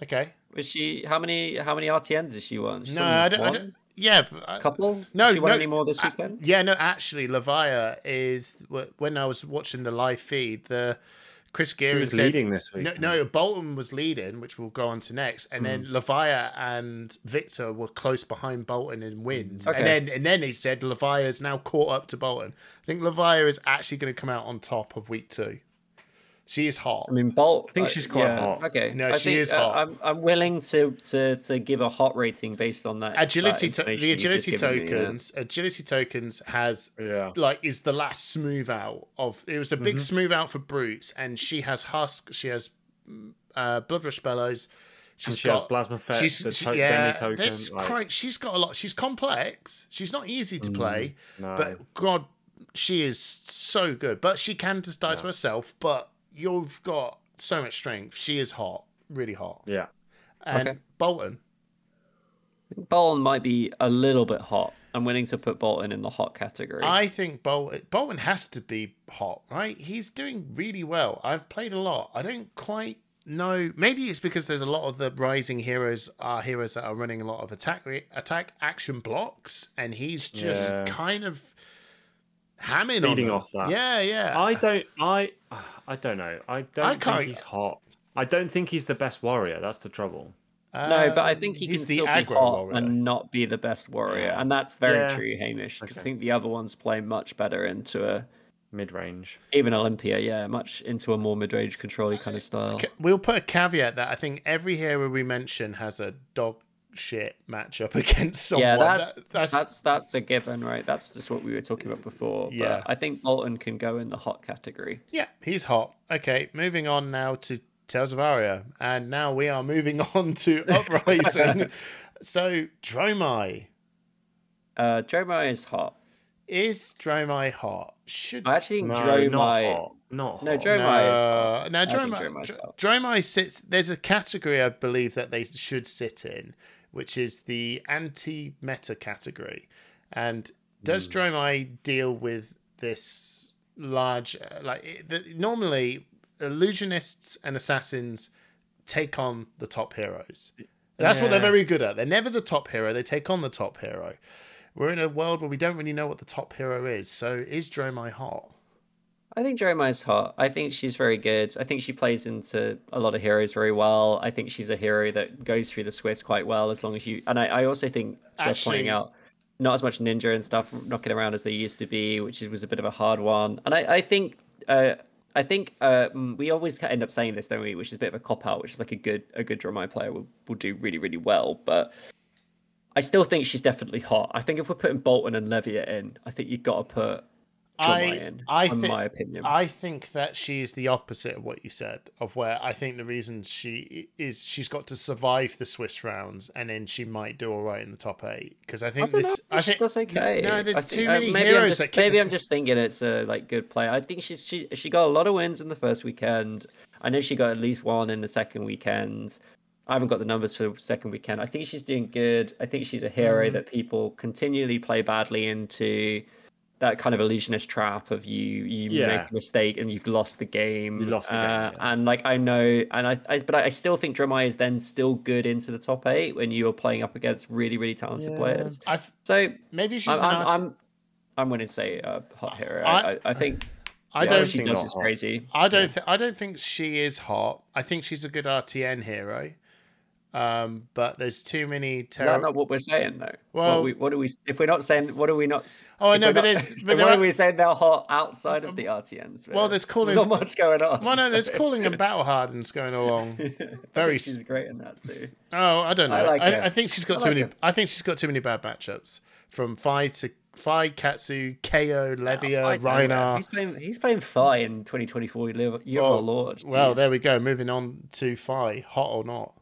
A: Okay,
C: Is she? How many? How many RTNs is she won? She's
A: no,
C: won
A: I don't. I
C: one?
A: don't yeah, but I-
C: Couple? Has
A: No,
C: she won
A: no,
C: any more this
A: uh,
C: weekend?
A: yeah, no. Actually, Levia is wh- when I was watching the live feed, the Chris
B: Who
A: Geary
B: was
A: said-
B: leading this week?
A: No, no, Bolton was leading, which we'll go on to next, and then
C: Hmm.
A: Levia and Victor were close behind Bolton in wins,
C: Okay.
A: and then and then he said Levia's now caught up to Bolton. I think Levia is actually going to come out on top of week two. She is hot.
C: I mean, Bolt.
B: I think
C: uh,
B: she's quite
C: yeah,
B: hot.
C: Okay.
A: No,
C: I
A: she
C: think,
A: is
C: uh,
A: hot.
C: I'm, I'm willing to, to to give a hot rating based on that.
A: agility,
C: that
A: to-
C: information
A: the
C: you've just
A: agility
C: given me, yeah.
A: tokens, agility tokens has
B: Yeah.
A: like is the last smooth out of it was a
C: Mm-hmm.
A: big smooth out for brutes and she has husk she has mm, uh blood rush bellows she's
B: she
A: got
B: has Plasma Fett,
A: she's
B: the
A: she-
B: to-
A: yeah
B: Demi token,
A: there's
B: like- Mm.
A: cri- she's got a lot she's complex she's not easy to play
B: no.
A: but god she is so good but she can just die to herself but you've got so much strength she is hot really hot
B: Yeah.
A: and
C: Okay.
A: bolton
C: Bolton might be a little bit hot. I'm willing to put Bolton in the hot category.
A: I think Bolton, Bolton has to be hot, right? He's doing really well. I've played a lot. I don't quite know. Maybe it's because there's a lot of the rising heroes are heroes that are running a lot of attack re- attack action blocks, and he's just
B: Yeah.
A: kind of hamming on
B: Feeding
A: them.
B: off that.
A: Yeah, yeah.
B: I don't. I. I don't know. I don't
A: uh, can't-
B: think he's hot. I don't think he's the best warrior. That's the trouble.
C: no, but I think he
A: Um,
C: can
A: he's
C: still
A: the
C: be
A: aggro
C: hot
A: warrior.
C: and not be the best warrior, and that's very
B: Yeah.
C: true, Hamish. Because I
B: Okay.
C: think the other ones play much better into a
B: Mid range.
C: even Olympia, yeah, much into a more mid-range controlly kind of style.
A: Ca- We'll put a caveat that I think every hero we mention has a dog shit matchup [laughs] against someone.
C: Yeah, that's,
A: That-
C: that's that's a given, right? That's just what we were talking about before.
A: Yeah.
C: but I think Bolton can go in the hot category.
A: Yeah, he's hot. Okay, moving on now to Tales of Aria. And now we are moving [laughs] on to Uprising. so, Dromai.
C: Uh, Dromai is hot.
A: Is Dromai hot? Should.
C: I actually think
B: No, not
C: Dromai.
B: hot. Not
C: No,
B: hot.
C: Dromai is hot.
A: No, now,
C: think
A: Dromai,
C: Dromai's
A: Dr-
C: hot.
A: Dromai sits. There's a category I believe that they should sit in, which is the anti meta category. And does Dromai deal with this large. uh, Like, it- the, normally, illusionists and assassins take on the top heroes. That's what they're
B: Yeah.
A: very good at. They're never the top hero, they take on the top hero. We're in a world where we don't really know what the top hero is. So, is Dromai hot?
C: I think Dromai's hot. I think she's very good. I think she plays into a lot of heroes very well. I think she's a hero that goes through the Swiss quite well as long as you. And I, I also think it's worth
A: Actually-
C: pointing out not as much ninja and stuff knocking around as they used to be, which is, was a bit of a hard one. And I, I think. Uh, I think uh, mm, we always ca- end up saying this, don't we? Which is a bit of a cop out. Which is like a good a good Dromai player will, will do really really well, but I still think she's definitely hot. I think if we're putting Bolton and Leviat in, I think you've got to put
A: I,
C: Jawline,
A: I
C: in
A: think
C: my opinion.
A: I think that she is the opposite of what you said. Of where I think the reason she is, she's got to survive the Swiss rounds, and then she might do all right in the top eight. Because I think
C: don't
A: this,
C: know,
A: I think
C: that's okay.
A: no, there's
C: I uh,
A: too many
C: maybe
A: heroes
C: I'm just,
A: that kick
C: maybe
A: the- [laughs]
C: I'm just thinking it's a like good player. I think she's she she got a lot of wins in the first weekend. I know she got at least one in the second weekend. I haven't got the numbers for second weekend. I think she's doing good. I think she's a hero
A: Mm-hmm.
C: that people continually play badly into. That kind of illusionist trap of you you
B: Yeah.
C: make a mistake and you've lost the game.
B: You lost the game,
C: Uh,
B: yeah.
C: And like I know, and I, I but I still think Dramai is then still good into the top eight when you are playing up against really really talented
B: Yeah.
C: players.
A: I
C: So
A: maybe she's
C: I'm,
A: an
C: I'm,
A: art-
C: I'm, I'm going to say uh, hot hero.
A: I-
C: I, I, I think
A: I
C: what
A: don't
C: she
B: think
C: does
B: not
C: is
B: hot.
C: crazy.
A: I don't. Th- I don't think she is hot. I think she's a good RTN hero. Um, but there's too many
C: Is that
A: terrible.
C: not what we're saying though?
A: Well-
C: what, we, what are we? If we're not saying, what are we not? s-
A: Oh, I
C: if
A: know,
C: we're
A: but
C: not-
A: there's-
C: [laughs] so
A: but there
C: what
A: are- Um,
C: are we saying they're hot outside of the RTNs?
A: well,
C: really?
A: there's calling-
C: not much going on.
A: well, no, there's
C: so-
A: calling and battle hardens going along.
C: [laughs] I
A: Very.
C: think
A: s-
C: She's great in that too.
A: Oh, I don't know.
C: I
A: I,
C: like her.
A: I, think she's got
C: I
A: too
C: like
A: many.
C: her.
A: I think she's got too many bad matchups from Fi to Fi Katsu, Ko, Levia, Reinar.
C: Oh, He's playing. He's playing Fi in 2024. You live. You're
A: Well-
C: our lord.
A: Well,
C: Jeez.
A: there we go. Moving on to Fi, hot or not?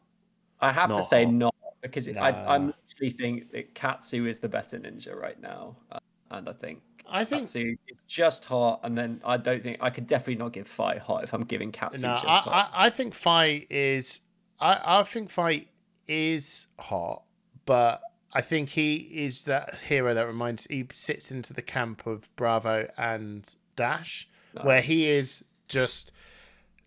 C: I have to
B: Not
C: say
B: hot.
C: not because it- I,
A: Nah.
C: I'm literally think that Katsu is the better ninja right now, uh, and I think
A: I think.
C: Katsu is just hot, and then I don't think I could definitely not give Fi hot if I'm giving Katsu
A: No,
C: just hot.
A: I, I, I think Fi is. I, I think Fi is hot, but I think he is that hero that reminds. He sits into the camp of Bravo and Dash, where he is just.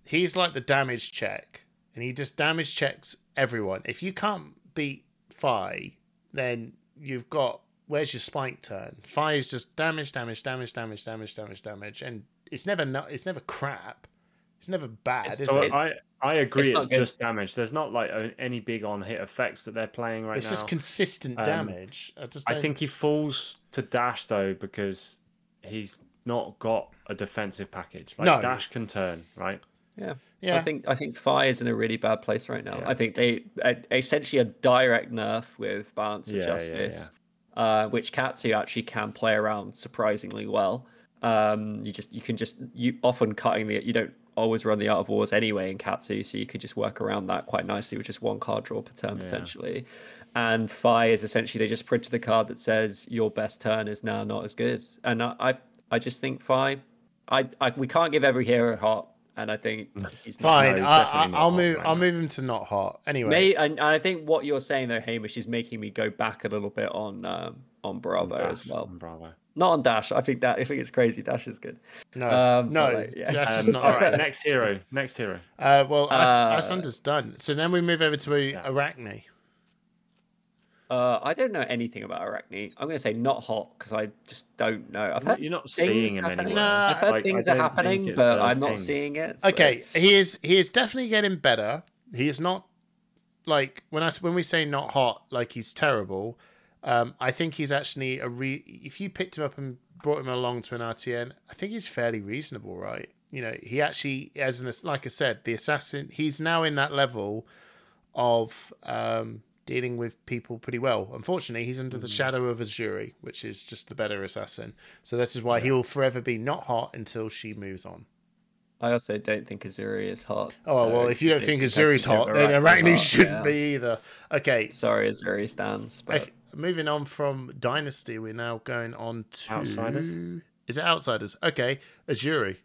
A: He's like the damage check, and he just damage checks everyone. If you can't beat Fi, then you've got. Where's your spike turn? Fi is just damage, damage, damage, damage, damage, damage, damage, and it's never not. It's never crap. It's never bad.
C: It's
A: is
C: so
A: it?
B: So I, I agree.
C: it's
B: It's,
C: not good.
B: just damage. There's not like a- any big on hit effects that they're playing right
A: it's
B: now.
A: just consistent
B: Um,
A: damage. I just.
B: I
A: don't-
B: think he falls to Dash though because he's not got a defensive package. Like
A: No.
B: Dash can turn right.
C: yeah.
A: Yeah.
C: I think I think Fi is in a really bad place right now.
B: Yeah.
C: I think they uh, essentially a direct nerf with balance and
B: Yeah, yeah,
C: justice, Uh, which Katsu actually can play around surprisingly well. Um, you just you can just you often cutting the you don't always run the art of wars anyway in Katsu, so you could just work around that quite nicely with just one card draw per turn
B: Yeah.
C: potentially. And Fi is essentially they just printed a card that says your best turn is now not as good. And I I, I just think Fi, I, I we can't give every hero hot, and I think
B: Mm.
C: he's not
A: Fine.
B: No, he's
A: I, I,
B: definitely not
A: I'll
B: hot
A: move.
B: right
A: I'll
B: now.
A: move him to not hot. Anyway.
C: May, and, and I think what you're saying though, Hamish, is making me go back a little bit on um, on Bravo as
B: Dash
C: well.
B: and Bravo.
C: Not on Dash. I think that I think it's crazy. Dash is good.
A: no.
C: um,
A: no.
C: but like, yeah.
A: That's
C: [laughs]
A: just
B: Um,
A: not
B: all
A: right.
B: right, next hero. Next hero.
A: Uh, well, As-
C: Uh,
A: Asandra's done. So then we move over to Arachne.
C: Uh, I don't know anything about Arachne. I'm gonna say not hot because I just don't know. I've heard
B: You're not
C: things
B: seeing him
C: happening.
B: anywhere.
A: Nah,
C: I've heard
B: Like, I
C: things
B: don't
C: are
B: think
C: happening,
B: it's
C: but
B: a
C: I'm not
B: thing.
C: seeing it. so-
A: Okay, he is he is definitely getting better. He is not like when I s- when we say not hot, like he's terrible. Um, I think he's actually a re. If you picked him up and brought him along to an RTN, I think he's fairly reasonable, right? You know, he actually as an ass- like I said, the assassin. He's now in that level of um, dealing with people pretty well. Unfortunately, he's under the shadow of Azuri, which is just the better assassin. So this is why he will forever be not hot until she moves on.
C: I also don't think Azuri is hot.
A: Oh
C: so
A: well, if you don't think
C: technically
A: Azuri's hot, then
C: Arachne's
A: Arachne
C: hot,
A: shouldn't
C: yeah.
A: be either. Okay, s-
C: Sorry, Azuri stands. But
A: okay, moving on from Dynasty, we're now going on to
B: Outsiders?
A: Is it Outsiders? Okay, Azuri.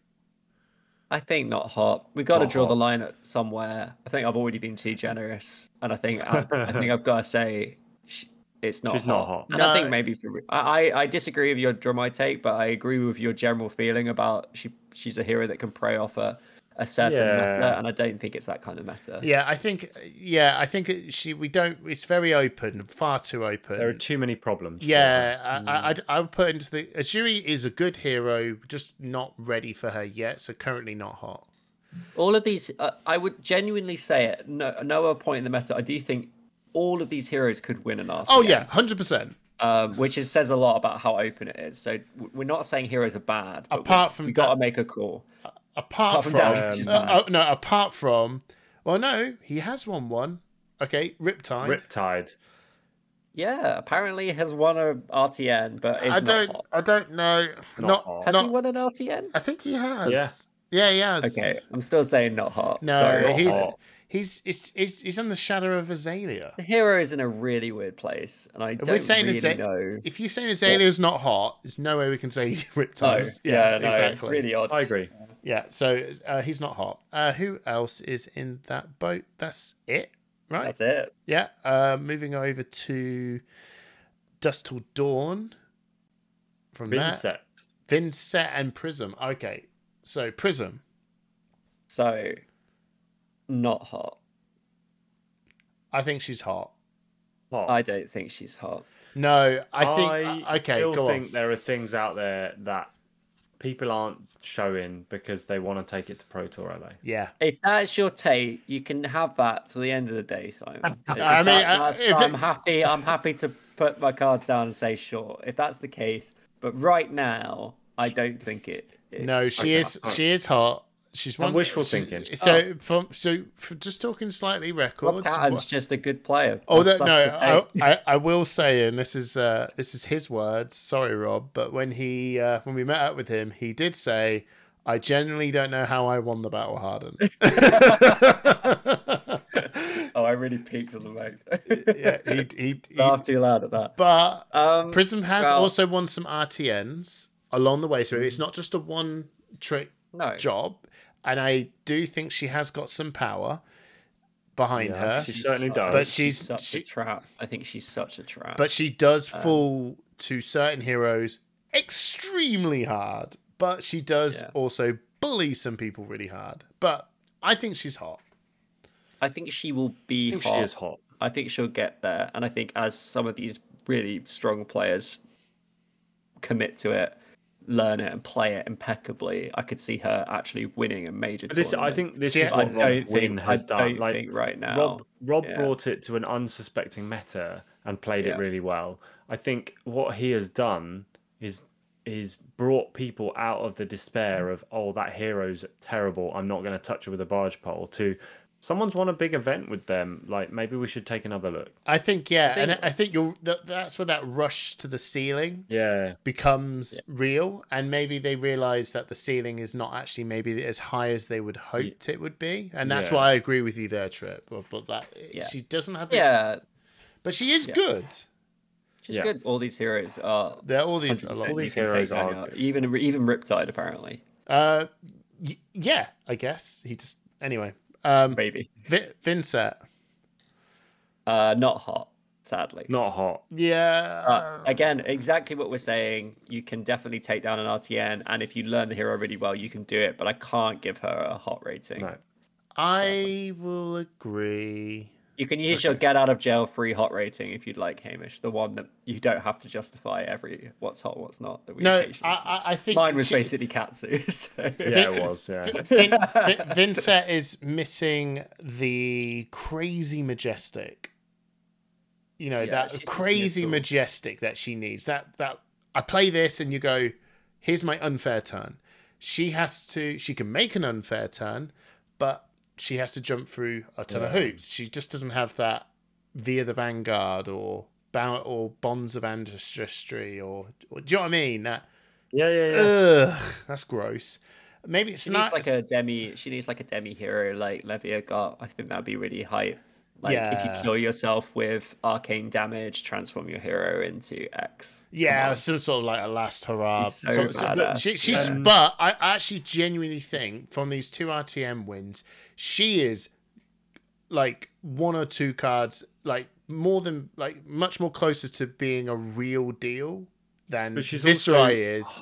C: I think not hot. We've got to
B: Not
C: draw the
B: hot.
C: line at somewhere. I think I've already been too generous, and I
A: [laughs]
C: think I, I think I've got to say sh- it's not.
B: She's
C: hot.
B: not hot.
C: And I think
A: No.
C: maybe for, I I I disagree with your Drumai take, but I agree with your general feeling about she she's a hero that can prey off a, a certain
B: Yeah.
C: meta, and I don't think it's that kind of meta.
A: Yeah, I think. Yeah, I think it- she. We don't. It's very open, far too open.
B: There are too many problems.
A: Yeah, I, I, I'd, I would put into the Azuri is a good hero, just not ready for her yet. So currently not hot.
C: All of these, uh, I would genuinely say it. No, no other point in the meta. I do think all of these heroes could win an RTM.
A: Oh yeah, hundred percent.
C: um, which is, says a lot about how open it is. So w- we're not saying heroes are bad. but we-
A: Apart from
C: we got to
A: that-
C: make a call.
A: apart
C: Apart from
A: from,
C: Dash, which is
A: uh,
C: mine.
A: uh, no, apart from, well, no, he has won one. Okay, Riptide.
B: Riptide.
C: Yeah, apparently has won a RTN, but is
A: I don't.
C: Not hot.
A: I don't know.
B: Not
A: Not.
B: hot.
C: Has
A: not-
C: he won an RTN?
A: I think he has. Yeah. he has.
C: Okay, I'm still saying not hot.
A: No,
C: Sorry.
A: he's,
B: hot.
A: he's he's he's he's in the shadow of
C: [laughs]
A: Azalea.
C: The hero is in a really weird place, and I don't
A: We're saying
C: really
A: is that-
C: know.
A: If you say Azalea's not hot, there's no way we can say [laughs]
C: No,
A: Riptide's.
C: yeah, no,
A: exactly.
C: really odd.
B: I agree.
A: Yeah, so uh, he's not hot. Uh, who else is in that boat? That's it, right?
C: That's it.
A: Yeah. Uh, moving over to Dust Till Dawn. From
B: Been
A: that,
B: set.
A: Vincent and Prism. Okay, so Prism.
C: So, not hot.
A: I think she's hot.
B: Hot.
C: I don't think she's hot.
A: No, I think. uh, okay,
B: still
A: go
B: think
A: on.
B: there are things out there that people aren't showing because they want to take it to Pro Tour LA.
A: Yeah.
C: If that's your take, you can have that till the end of the day, Simon. If
A: I mean,
C: that-
A: uh,
C: that's-
A: if
C: I'm
A: it-
C: happy. I'm happy to put my cards down and say sure if that's the case. But right now, I don't think it. it
A: No, she
B: Okay.
A: is. She is hot. She's
B: I'm
A: one
B: wishful
A: she's-
B: thinking.
A: So, from so for just talking slightly
C: Rob
A: records.
C: Patton's
A: what-
C: just a good player.
A: Oh, that,
C: That's-
A: no,
C: that's the
A: I,
C: take.
A: I, I will say, and this is uh, this is his words. Sorry, Rob, but when he uh, when we met up with him, he did say, "I genuinely don't know how I won the battle, Harden." [laughs]
C: oh, I really peaked on the max.
A: [laughs]
C: [laughs]
A: yeah, he, he, he,
C: Laugh too loud at that.
A: but
C: Um,
A: Prism has
C: Well- Mm.
A: also won some RTNs along the way, so it's not just a one trick
C: no,
A: job. And I do think she has got some power behind her,
B: she certainly
C: such-
B: does.
A: But she's-
C: such
A: she-
C: a trap. I think she's such a trap.
A: but she does
C: Um,
A: fall to certain heroes extremely hard. But she does
C: Yeah.
A: also bully some people really hard. But I think she's hot.
C: I think she will be
B: I think
C: hot.
B: she is hot.
C: I think she'll get there, and I think as some of these really strong players commit to it, learn it, and play it impeccably, I could see her actually winning a major.
B: But this, I
C: tournament.
B: think this
A: See,
B: is
A: I
B: what
C: I don't
B: Rob
C: think
B: Wynn has
C: I
B: done.
C: don't
B: Like
C: think right now.
B: Rob, Rob
C: yeah.
B: brought it to an unsuspecting meta and played
C: Yeah.
B: it really well. I think what he has done is is brought people out of the despair of oh that hero's terrible. I'm not going to touch her with a barge pole. To someone's won a big event with them. Like maybe we should take another look.
A: I think yeah, and
C: think-
A: I think you're that, that's where that rush to the ceiling
B: Yeah,
A: becomes real, and maybe they realize that the ceiling is not actually maybe as high as they would hoped it would be, and that's
B: Yeah.
A: why I agree with you there, Trip. But, but that
C: Yeah.
A: she doesn't have the,
C: yeah,
A: but she is good.
C: she's
B: Yeah.
C: good. All these heroes are.
A: They're all these a lot.
C: 100%
B: All these
C: you can
B: heroes
C: take any
B: are
C: out.
B: good.
C: even even Riptide apparently
A: Uh, y- yeah, I guess he just anyway. Um,
C: maybe
A: Vi- Vincent.
C: uh not hot sadly
B: not hot.
A: Yeah.
C: But again, exactly what we're saying. You can definitely take down an RTN, and if you learn the hero really well, you can do it. But I can't give her a hot rating.
B: No.
A: I will agree.
C: You can use your get out of jail free hot rating if you'd like, Hamish. The one that you don't have to justify every what's hot, what's not. That we
A: No, I,
C: occasionally do.
A: I, I think
C: mine was
A: she-
C: basically Katsu. [laughs] So.
A: [laughs]
B: Yeah, it was. Yeah,
A: Vin,
C: [laughs]
A: Vin, Vincent is missing the crazy majestic. You know
C: Yeah, she's
A: that
C: missing it
A: crazy
C: all.
A: majestic that she needs. That that I play this and you go, here's my unfair turn. She has to. She can make an unfair turn, but she has to jump through a ton of
B: Yeah.
A: hoops. She just doesn't have that via the vanguard or bow or bonds of ancestry or, or do you know what I mean? That
B: yeah, yeah. yeah.
A: Uh. ugh, that's gross. Maybe it's
C: She
A: not
C: needs like a demi. She needs like a demi hero like Levia got. I think that'd be really hype. Like if
A: Yeah.
C: you kill yourself with arcane damage, transform your hero into X.
A: Yeah, some sort of like a last hurrah.
C: She's so
A: sort of-
C: badass,
A: she, she's,
B: yeah.
A: but I actually genuinely think from these two RTM wins, she is like one or two cards, like more than like much more closer to being a real deal than
B: But she's
A: Viscerai is.
B: also-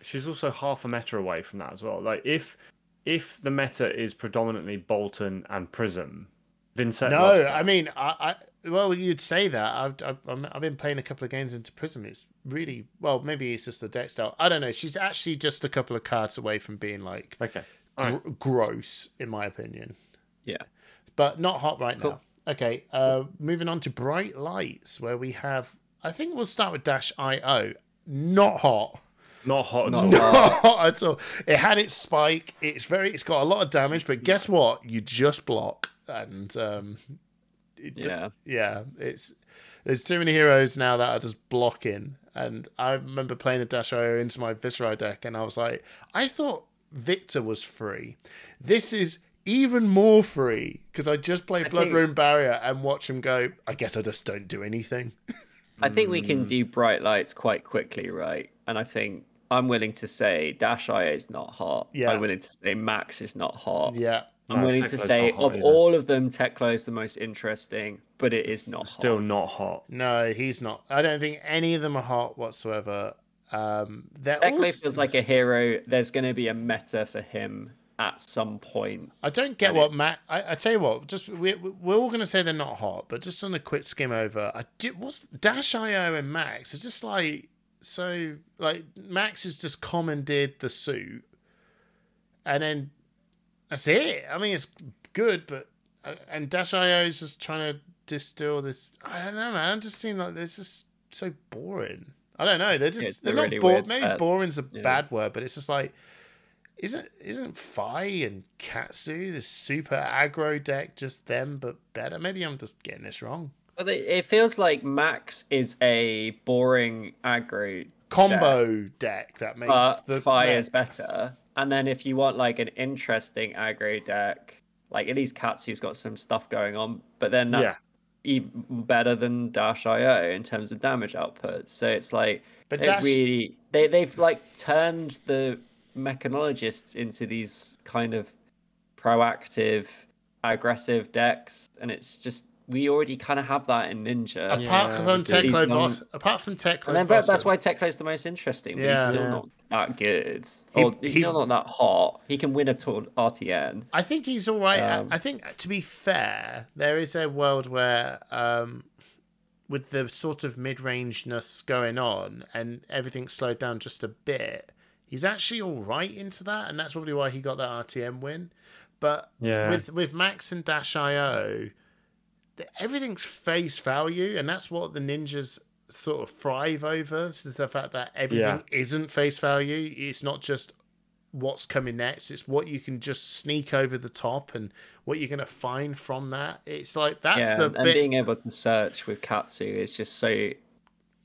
B: she's also half a meta away from that as well. Like if if the meta is predominantly Bolton and Prism, Vincent.
A: No,
B: loves [gasps] that.
A: I mean, I, I well, you'd say that. I've, I've I'm- I've been playing a couple of games into Prism. It's really well, maybe it's just the deck style. I don't know. She's actually just a couple of cards away from being like
B: okay. All right.
A: gr- gross, in my opinion.
C: Yeah.
A: but not hot right
C: Cool.
A: now. Okay, uh, moving on to bright lights, where we have. I think we'll start with Dash IO. Not hot. [laughs]
B: Not hot at
C: Not
B: all.
C: hot.
A: Not hot at all. It had its spike. It's very. It's got a lot of damage, but guess what? You just block, and um, it d-
C: Yeah.
A: yeah, it's There's too many heroes now that are just blocking. And I remember playing a Dash IO into my Viscerai deck, and I was like, I thought Victor was free. This is even more free because I just play
C: I
A: Blood
C: think-
A: Rune Barrier and watch him go, I guess I just don't do anything.
C: I think we
A: Hmm.
C: can do bright lights quite quickly, right? And I think I'm willing to say Dash I is not hot.
A: Yeah.
C: I'm willing to say Max is not hot.
A: yeah.
C: I'm
B: No,
C: willing to
B: Teklo's
C: say
B: not hot
C: of
B: either.
C: all of them, Teklo is the most interesting, but it is not
B: Still
C: hot.
B: not hot.
A: No, he's not. I don't think any of them are hot whatsoever. Um, they're
C: Teklo
A: all...
C: feels like a hero. There's going to be a meta for him at some point.
A: I don't get
C: And
A: what
C: it's-
A: Matt. I, I tell you what, just we, we're all going to say they're not hot, but just on a quick skim over, I do. What's Dash IO and Max? It's just like so. Like Max has just commandeered the suit, and then that's it. I mean, it's good, but uh, and Dash IO is just trying to distill this. I don't know, man. I just seem like this is so boring. I don't know. They're just
C: It's
A: they're
C: a
A: not
C: really
A: bored.
C: weird uh,
A: Maybe
C: set.
A: boring's a
C: Yeah.
A: bad word, but it's just like isn't isn't Fi and Katsu this super aggro deck just them but better? Maybe I'm just getting this wrong.
C: But it, it feels like Max is a boring aggro,
A: Combo deck that makes
C: but
A: the
C: Fire Uh, is
A: deck.
C: better. And then if you want like an interesting aggro deck, like at least Katsu's got some stuff going on, but then
B: Yeah.
C: that's even better than Dash IO in terms of damage output. So it's like
A: But
C: it
A: Dash-
C: really they they've like turned the mechanologists into these kind of proactive, aggressive decks, and it's just we already kind of have that in Ninja.
A: Apart
B: Yeah,
A: from
B: we do.
A: Teklo
C: He's one-
A: Voss, apart from Teklo
C: And then but that's
A: Vossen.
C: why Teklo's the most interesting, but
A: Yeah.
C: he's still
B: Yeah.
C: not that good.
A: He-
C: or he's
A: he-
C: still not that hot. He can win a tour RTN.
A: I think he's all right. I-
C: Um,
A: I think, to be fair, there is a world where, um, with the sort of mid rangeness going on and everything slowed down just a bit, he's actually all right into that, and that's probably why he got that RTM win. But
B: Yeah.
A: with with Max and Dash IO, th- everything's face value, and that's what the ninjas sort of thrive over. This is the fact that everything isn't face value. It's not just what's coming next. It's what you can just sneak over the top and what you're gonna find from that. It's like that's
C: yeah,
A: the
C: and, and
A: bit.
C: being able to search with Katsu is just so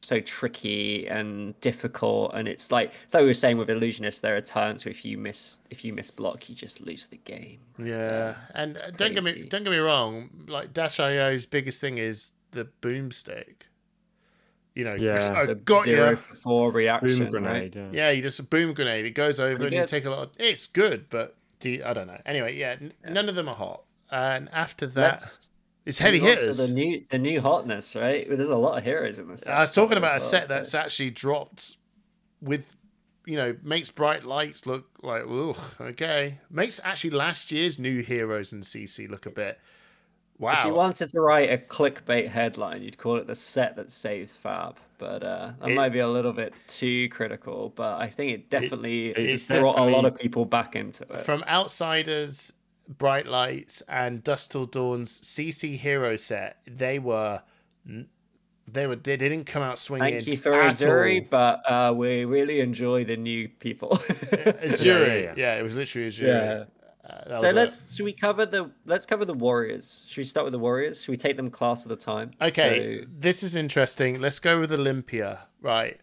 C: so tricky and difficult and it's like it's like we were saying with illusionist there are times where if you miss if you miss block you just lose the game
A: Yeah, and uh, don't get me
C: crazy.
A: don't get me wrong. Like Dash IO's biggest thing is the boomstick. You know,
B: Yeah.
A: I
C: The
A: got
C: zero
A: you.
C: for four reaction
B: Boom
C: right?
B: grenade. Yeah.
A: Yeah, you just a boom grenade. It goes over
C: Pretty
A: and you
C: good.
A: take a lot. Of, it's good, but do you, I don't know. Anyway, yeah, n- none of them are hot. And after that,
C: Let's
A: it's heavy
C: move on to
A: hitters.
C: the new the new hotness right there's a lot of heroes in this set
A: I was talking about a
C: as well,
A: set
C: so-
A: that's actually dropped with, you know, makes bright lights look like, ooh, [laughs] okay. Makes actually last year's new heroes and CC look a bit. Wow.
C: If you wanted to write a clickbait headline, you'd call it the set that saved Fab. But uh, that
A: It-
C: might be a little bit too critical. But I think it definitely
B: it's
C: brought a lot
B: definitely-
C: of people back into it.
A: From Outsiders, Bright Lights, and Dust Till Dawn's CC Hero set, they were. They were. They didn't come out swinging.
C: Thank you for
A: at all.
C: [laughs] Azuri, but uh, we really enjoy the new people. [laughs]
A: Azuri. Yeah,
B: Yeah, yeah, yeah.
A: it was literally Azuri.
C: Yeah.
A: Uh, that was
C: so
A: it.
C: let's should we cover the let's cover the Warriors. Should we start with the Warriors? Should we take them class at a time?
A: Okay,
C: So-
A: this is interesting. Let's go with Olympia, right?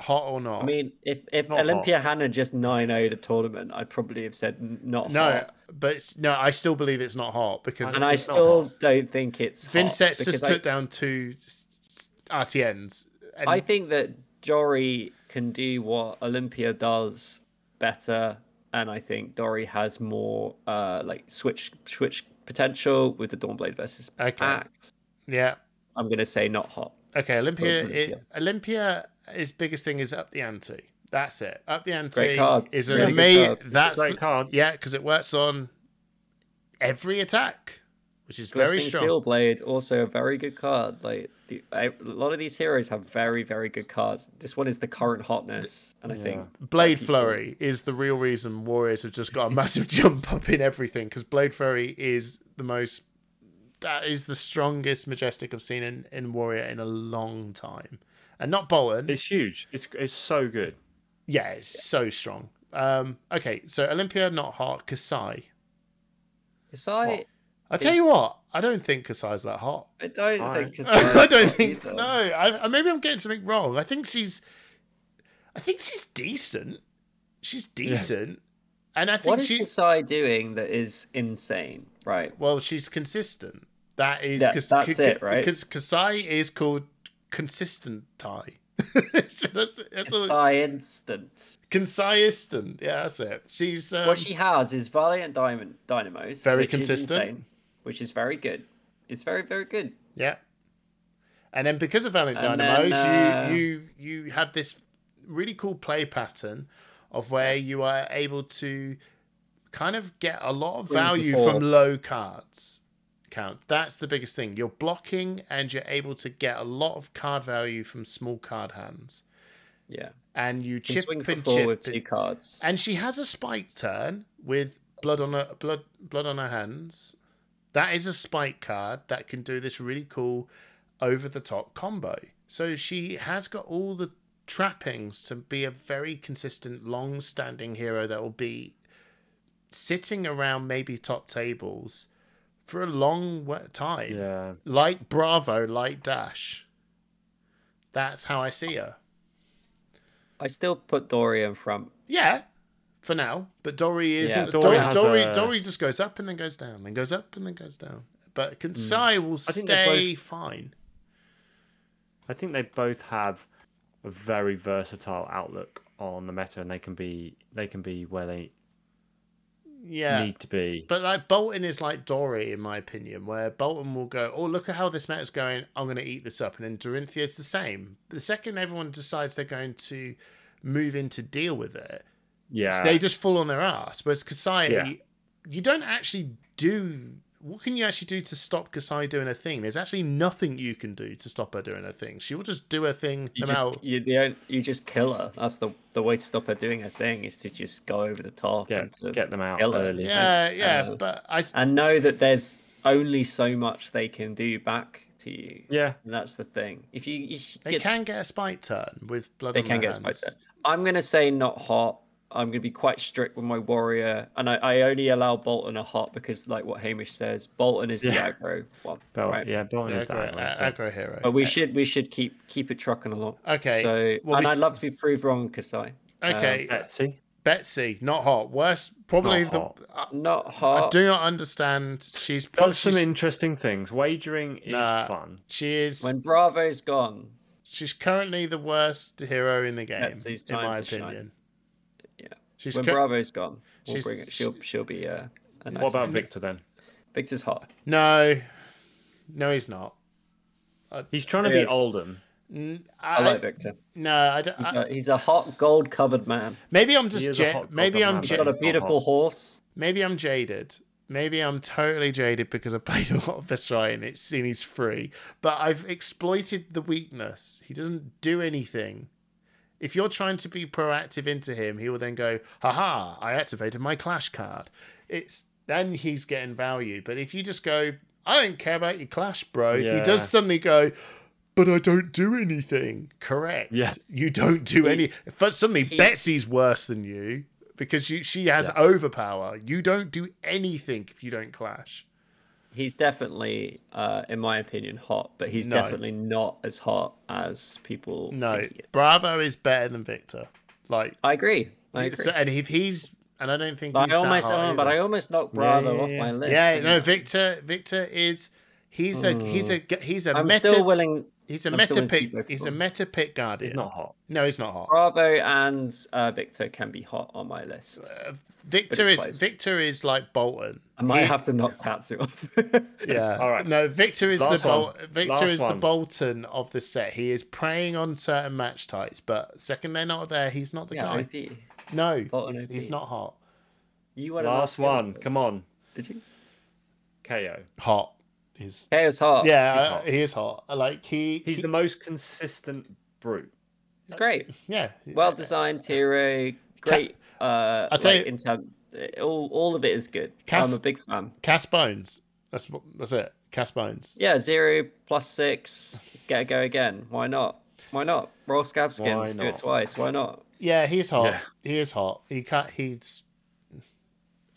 A: Hot or not?
C: I mean, if if
B: Not hot.
C: Olympia Hannah just 9 0 the tournament, I'd probably have said n- not
A: no,
C: hot.
A: but it's- no, I still believe it's not hot because
C: and I
B: It's not
C: still don't think it's hot,
A: Vincent's
C: because
A: just
C: I-
A: took down two s- s- RTNs. And
C: I think that Jory can do what Olympia does better, and I think Dory has more uh, like switch switch potential with the Dawnblade versus
A: Okay.
C: Axe.
A: yeah,
C: I'm gonna say not hot.
A: okay. Olympia, Olympia.
C: Olympia.
A: It, Olympia, his biggest thing is up the ante. That's it. Up the ante
C: card.
A: is an
C: Really good
A: amazing.
C: card. It's a
A: That's
B: great
A: the-
B: card.
A: Yeah, because it works on every attack, which is very
C: Twisting
A: strong.
C: Steelblade also a very good card. Like the, I, a lot of these heroes have very very good cards. This one is the current hotness, and I think
A: Blade Flurry is the real reason Warriors have just got a massive [laughs] jump up in everything because Blade Flurry is the most that is the strongest majestic I've seen in, in Warrior in a long time, and not Bowen.
B: It's huge. It's it's so good.
A: yeah, it's so strong. Um, okay, so Olympia not hot, Kasai.
C: Kasai.
A: I tell you what, I don't think Kasai's that
C: [laughs]
A: hot.
C: I don't
B: Alright.
C: think.
A: [laughs]
C: Kasai's
A: I don't
C: hot
A: think.
C: either.
A: No, I, I- maybe I'm getting something wrong. I think she's, I think she's decent. She's decent, and I think
C: What is
A: she.
C: Kasai doing that is insane? Right.
A: Well, she's consistent. That is
C: Yeah,
A: cause,
C: that's it, right?
A: Because Kasai is called consistent tie. [laughs] that's that's all.
C: Kasai instant.
A: Consistent. Yeah, that's it. She's um,
C: what she has is Valiant Diamond Dynamos.
A: Very
C: which is
A: consistent.
C: insane, which is very good. It's very, very good.
A: yeah. And then because of Valiant
C: And
A: Dynamos,
C: then, uh,
A: you you you have this really cool play pattern of where you are able to kind of get a lot of
C: Bring to
A: value
C: fore.
A: from low cards count. That's the biggest thing. You're blocking and you're able to get a lot of card value from small card hands.
C: Yeah.
A: and you
C: Can
A: chip
C: swing for
A: and
C: four
A: chip.
C: with
A: and-
C: two cards.
A: And she has a spike turn with blood on her blood blood on her hands. That is a spike card that can do this really cool over the top combo. So she has got all the trappings to be a very consistent, long standing hero that will be sitting around maybe top tables for a long wa- time.
B: Yeah.
A: Like Bravo, like Dash. That's how I see her.
C: I still put Doria in front.
A: Yeah, for now. But Dory is
C: Yeah.
A: Dory.
B: Dory
A: Dory,
B: has
A: Dory,
B: a-
A: just goes up and then goes down, then goes up and then goes down. But Kansai will
B: Hmm. think they're
A: stay fine.
B: I think they both have a very versatile outlook on the meta, and they can be they can be where they
A: Yeah.
B: need to be.
A: But like Bolton is like Dory in my opinion, where Bolton will go, oh look at how this meta's going, I'm going to eat this up, and then Dorinthia's the same. The second everyone decides they're going to move in to deal with it,
B: Yeah.
A: So they just fall on their ass. Whereas Kasai,
B: Uh, Yeah.
A: you, you don't actually do. What can you actually do to stop Kasai doing her thing? There's actually nothing you can do to stop her doing her thing. She will just do her thing
C: You
A: no matter.
C: just, you, the on- you just kill her. That's the the way to stop her doing her thing is to just go over the top and to
B: get get them out
C: kill her.
B: early.
A: Yeah, yeah,
C: uh,
A: but I.
C: and know that there's only so much they can do back to you.
B: Yeah.
C: And that's the thing. If you, if you
A: They
C: get,
A: can get a spike turn with blood.
C: they
A: on
C: can
A: their
C: get spiked.
A: hands.
C: I'm gonna say not hot. I'm gonna be quite strict with my warrior, and I, I only allow Bolton a hot because, like what Hamish says, Bolton is
B: Yeah.
C: the aggro one,
B: Bel-
C: right?
B: Yeah, Bolton is
A: Aggro,
B: that.
A: a-
B: way,
A: aggro hero.
C: uh, But we should we should keep keep it trucking along.
A: Okay,
C: So
A: well, we
C: and
A: s-
C: I'd love to be proved wrong, Kasai.
A: Uh, okay,
B: but-
C: uh,
B: Betsy.
A: Betsy, not hot. Worst, probably
B: Not
A: the.
B: hot.
A: I-
C: Um, Not
A: I
C: hot.
A: do not understand. She's probably
B: Does some interesting things. Wagering is
A: Nah.
B: fun.
A: she is
C: When Bravo's gone,
A: She's currently the worst hero in the game,
C: Betsy's
A: in
C: time
A: my
C: to shine.
A: opinion.
C: Yeah.
A: She's
C: when
A: cur-
C: Bravo's gone, we'll
A: she's-
C: bring it. She'll she'll be uh, a nice
B: What about
C: one.
B: Victor then?
C: Victor's hot.
A: no, no, he's not. Uh,
B: He's trying to be
C: Yeah.
B: Oldham.
C: I
A: I,
C: like Victor.
A: no, I don't.
C: He's,
A: I,
C: a, he's a hot gold covered man.
A: maybe I'm
B: He
A: just
B: is a
A: ja-
B: hot
A: maybe
B: goblin
A: I'm
B: man,
A: ja-
B: but
C: He's got a
B: not
C: beautiful
B: hot.
C: horse.
A: maybe I'm jaded. Maybe I'm totally jaded because I [laughs] played a lot of Viscerai and it's and he's free. But I've exploited the weakness. He doesn't do anything. If you're trying to be proactive into him, he will then go, haha, I activated my clash card. It's then he's getting value. But if you just go, I don't care about your clash, bro, he
B: Yeah.
A: does suddenly go, but I don't do anything. Correct.
B: Yeah.
A: You don't do any. But suddenly
C: he-
A: Betsy's worse than you because you, she has overpower. You don't do anything if you don't clash.
C: He's definitely, uh, in my opinion, hot, but he's
A: No.
C: definitely not as hot as people.
A: No.
C: think he is.
A: Bravo is better than Victor. Like,
C: I agree. I agree.
A: so, and if he's, and I don't think
C: But
A: he's
C: I almost,
A: that hot
C: oh, but
A: either.
C: I almost knocked Bravo
B: yeah,
C: off
B: yeah.
C: my list.
A: Yeah,
C: didn't
A: no,
C: I?
A: Victor. Victor is he's a he's a he's a
C: I'm
A: meta
C: still willing.
A: he's a
C: I'm
A: meta
C: still in
A: pick
C: Team Pokemon.
A: he's a meta pick guardian.
B: He's not hot.
A: No, he's not hot.
C: Bravo and uh, Victor can be hot on my list.
A: Victor is
C: it's close.
A: Victor is like Bolton.
C: I might
A: He-
C: have to knock Tatsu off.
A: [laughs] Yeah.
B: [laughs] All right.
A: No, Victor is
B: Last
A: the Bol-
B: one.
A: Victor
B: Last
A: is the
B: one.
A: Bolton of the set. He is preying on certain match types, but second they're not there, he's not the
C: [laughs] yeah,
A: guy.
C: OP.
A: No,
C: Bolton
A: he's,
C: OP.
A: he's not hot.
C: You want
B: Last one. Come on.
C: Did you?
B: KO.
A: Hot is.
C: Chaos hot.
A: Yeah,
B: He's
A: uh,
B: hot.
A: he is hot. Like he,
B: He's
A: he-
B: the most consistent brute.
C: great.
A: yeah.
C: well designed hero great uh
A: I'll tell
C: like,
A: you-
C: in term, all all of it is good
A: Cass-
C: i'm a big fan
A: Cast bones. That's what. That's it. Cast bones.
C: yeah zero plus six get a go again why not why not roll scab skins
B: Why
C: do it
B: not?
C: twice why not
A: Yeah, he's hot.
B: Yeah.
A: He is hot. He can't. He's.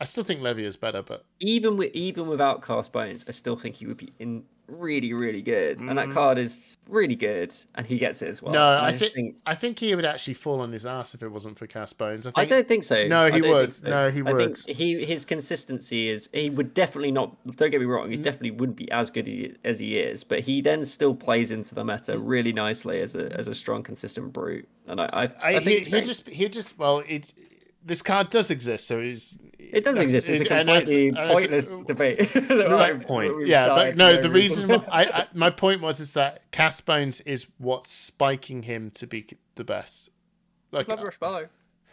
A: I still think Levy is better, but
C: even with even without cast bones, I still think he would be in really really good. And that card is really good, and he gets it as well.
A: Mm-hmm. no,
C: And
A: I,
C: Oh, just
A: think, I think he would actually fall on his ass if it wasn't for Cast Bones. I, think,
C: I don't think so.
A: No,
C: I
A: he
C: don't think
A: would. No, he
C: I think
A: would.
C: he his consistency is he would definitely not. Don't get me wrong. He
A: Mm.
C: definitely wouldn't be as good as- as he is, but he then still plays into the meta really nicely as a as a strong, consistent brute. And I I, I
A: I,
C: think
A: he,
C: it's
A: he
C: great.
A: just he just well it's this card does exist, so it's
C: it does exist. It's a completely pointless debate. [laughs]
B: Right point.
A: yeah, but no, the reason why I,
C: [laughs]
A: I my point was is that Cast Bones is what's spiking him to be the best. Like
C: Blood Rush Bellow.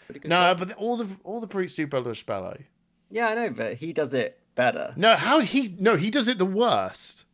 C: Pretty good
A: no,
C: card.
A: but all the all the brutes do Blood Rush Ballet.
C: Yeah, I know, but he does it better. [laughs]
A: No, how he no he does it the worst.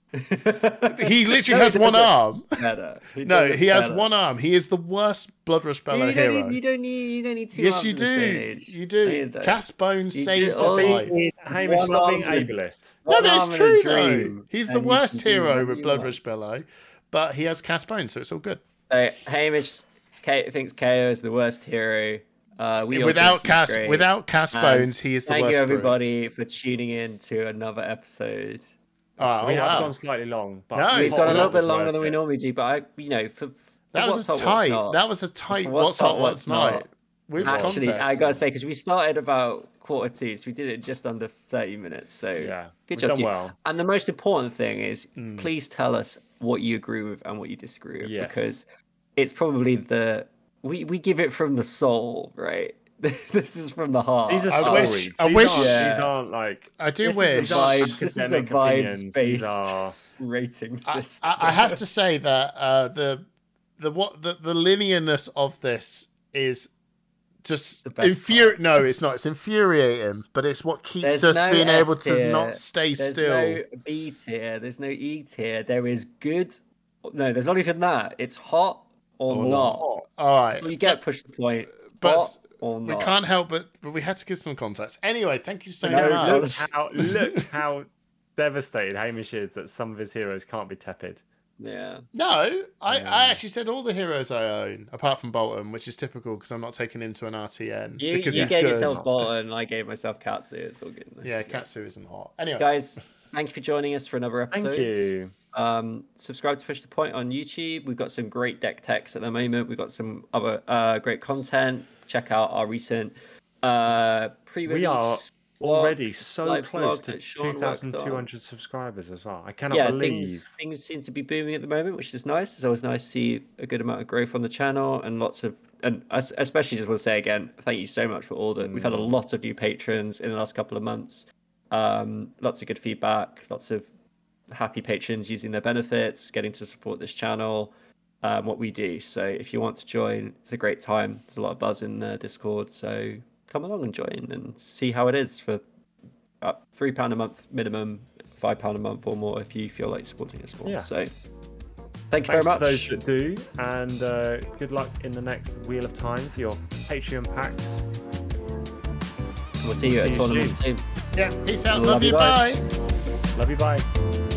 A: he literally
C: No,
A: has
C: he
A: one
C: doesn't.
A: arm.
C: Better. He
A: No,
C: does it
A: he has
C: better.
A: one arm. He is the worst Blood Rush
C: You
A: Bellow
C: don't,
A: hero.
C: need, you don't need. You don't need two.
A: yes,
C: arms
A: you
C: in this
A: do.
C: stage.
A: You
C: No, you
A: do.
C: don't.
A: Cast Bones
C: You
A: saves
C: do- Oh,
A: his
C: all you
A: life.
C: need-
B: Hamish,
C: One
B: stop being
C: arm.
B: ableist.
A: No, but it's
C: Ramen
A: true
C: and
A: though.
C: dream,
A: He's the
C: and you
A: worst
C: can do
A: hero
C: whatever
A: with
C: you
A: Blood
C: want.
A: Rush Bellow, but he has Cast Bones, so it's all good.
C: So Hamish K- thinks KO is the worst hero. Uh, we all
A: without
C: think he's
A: Cast,
C: great.
A: without Cast
C: And
A: Bones, he is the
C: Thank
A: worst.
C: you
A: brute.
C: everybody for tuning in to another episode.
A: Oh,
B: we
A: wow.
B: have gone slightly long, but
A: No,
B: I
A: We've
C: We've
B: thought
A: gone
C: got a
A: that's
C: little
B: that
C: bit
B: was
C: longer
B: worth
C: than we
B: it.
C: normally do, but I, you know, for, for
A: That was
C: what's
A: a
C: hot, what's
A: tight.
C: not.
A: That was a tight.
C: What's
A: What's
C: hot,
A: hot? What's
C: what's
A: not?
C: not.
A: With
C: Actually,
A: context.
C: I gotta say because we started about quarter two, so we did it just under thirty minutes. So
B: Yeah,
C: good
B: we've
C: job
B: done
C: to you.
B: well.
C: And the most important thing is, please tell us what you agree with and what you disagree with,
B: Yes.
C: because it's probably the we we give it from the soul, right? [laughs] this is from the heart.
B: These are
A: Oh, I
B: stories.
A: wish-
B: These
A: I wish-
B: Aren't,
A: [laughs]
C: Yeah.
B: These aren't like.
A: I do
C: this is a
A: wish.
B: These aren't
C: Vibe- this is a
B: academic
C: vibe-based-
B: opinions. These are.
C: rating
A: I,
C: system.
A: I I have to say that uh, the the what the, the linearness of this is just
C: The best
A: infuri- No, it's not. It's infuriating, but it's what keeps
C: There's
A: us
C: no
A: being able
C: S
A: to
C: tier,
A: not stay
C: There's
A: still.
C: no B tier. There's no E tier. There is good. No, there's not even that. It's hot or,
A: Or
C: not.
A: All right,
C: So you get pushed the point.
A: But
C: hot or
A: we
C: not.
A: can't help but but we had to give some context. Anyway, thank you so
C: No,
A: much.
B: No,
C: no.
B: look how look how devastated Hamish is that some of his heroes can't be tepid.
C: Yeah.
A: No, I, I actually said all the heroes I own, apart from Bolton, which is typical because I'm not taking him to an RTN
C: You,
A: because
C: you
A: he's
C: gave
A: good.
C: yourself Bolton. I gave myself Katsu. It's all good.
A: yeah, Katsu isn't hot. Anyway,
C: Guys, thank you for joining us for another
B: Thank
C: episode.
B: you.
C: Um, subscribe to Push the Point on YouTube. We've got some great deck techs at the moment. We've got some other uh, great content. Check out our recent uh, pre-release.
B: We are
C: blog,
B: Already so
C: live
B: close
C: blog
B: to
C: that Sean worked on.
B: 2,200 subscribers as well. I cannot
C: yeah,
B: believe.
C: things things seem to be booming at the moment, which is nice. It's always nice to see a good amount of growth on the channel and lots of and I s- especially just want to say again, thank you so much for all the we've had a
B: Mm.
C: lot of new patrons in the last couple of months. Um, lots of good feedback, lots of happy patrons using their benefits, getting to support this channel, um, what we do. So if you want to join, it's a great time. There's a lot of buzz in the Discord, so come along and join and see how it is for uh, three pound a month minimum, five pound a month or more if you feel like supporting us more.
B: Yeah.
C: So thank
B: Thanks
C: you very
B: to those
C: much.
B: that do, and uh, good luck in the next Wheel of Time for your Patreon packs.
C: We'll see you at
B: See you
C: tournament soon.
A: yeah, peace out.
C: Love
A: Love,
C: you
A: you.
C: guys.
A: Bye.
B: Love you, bye.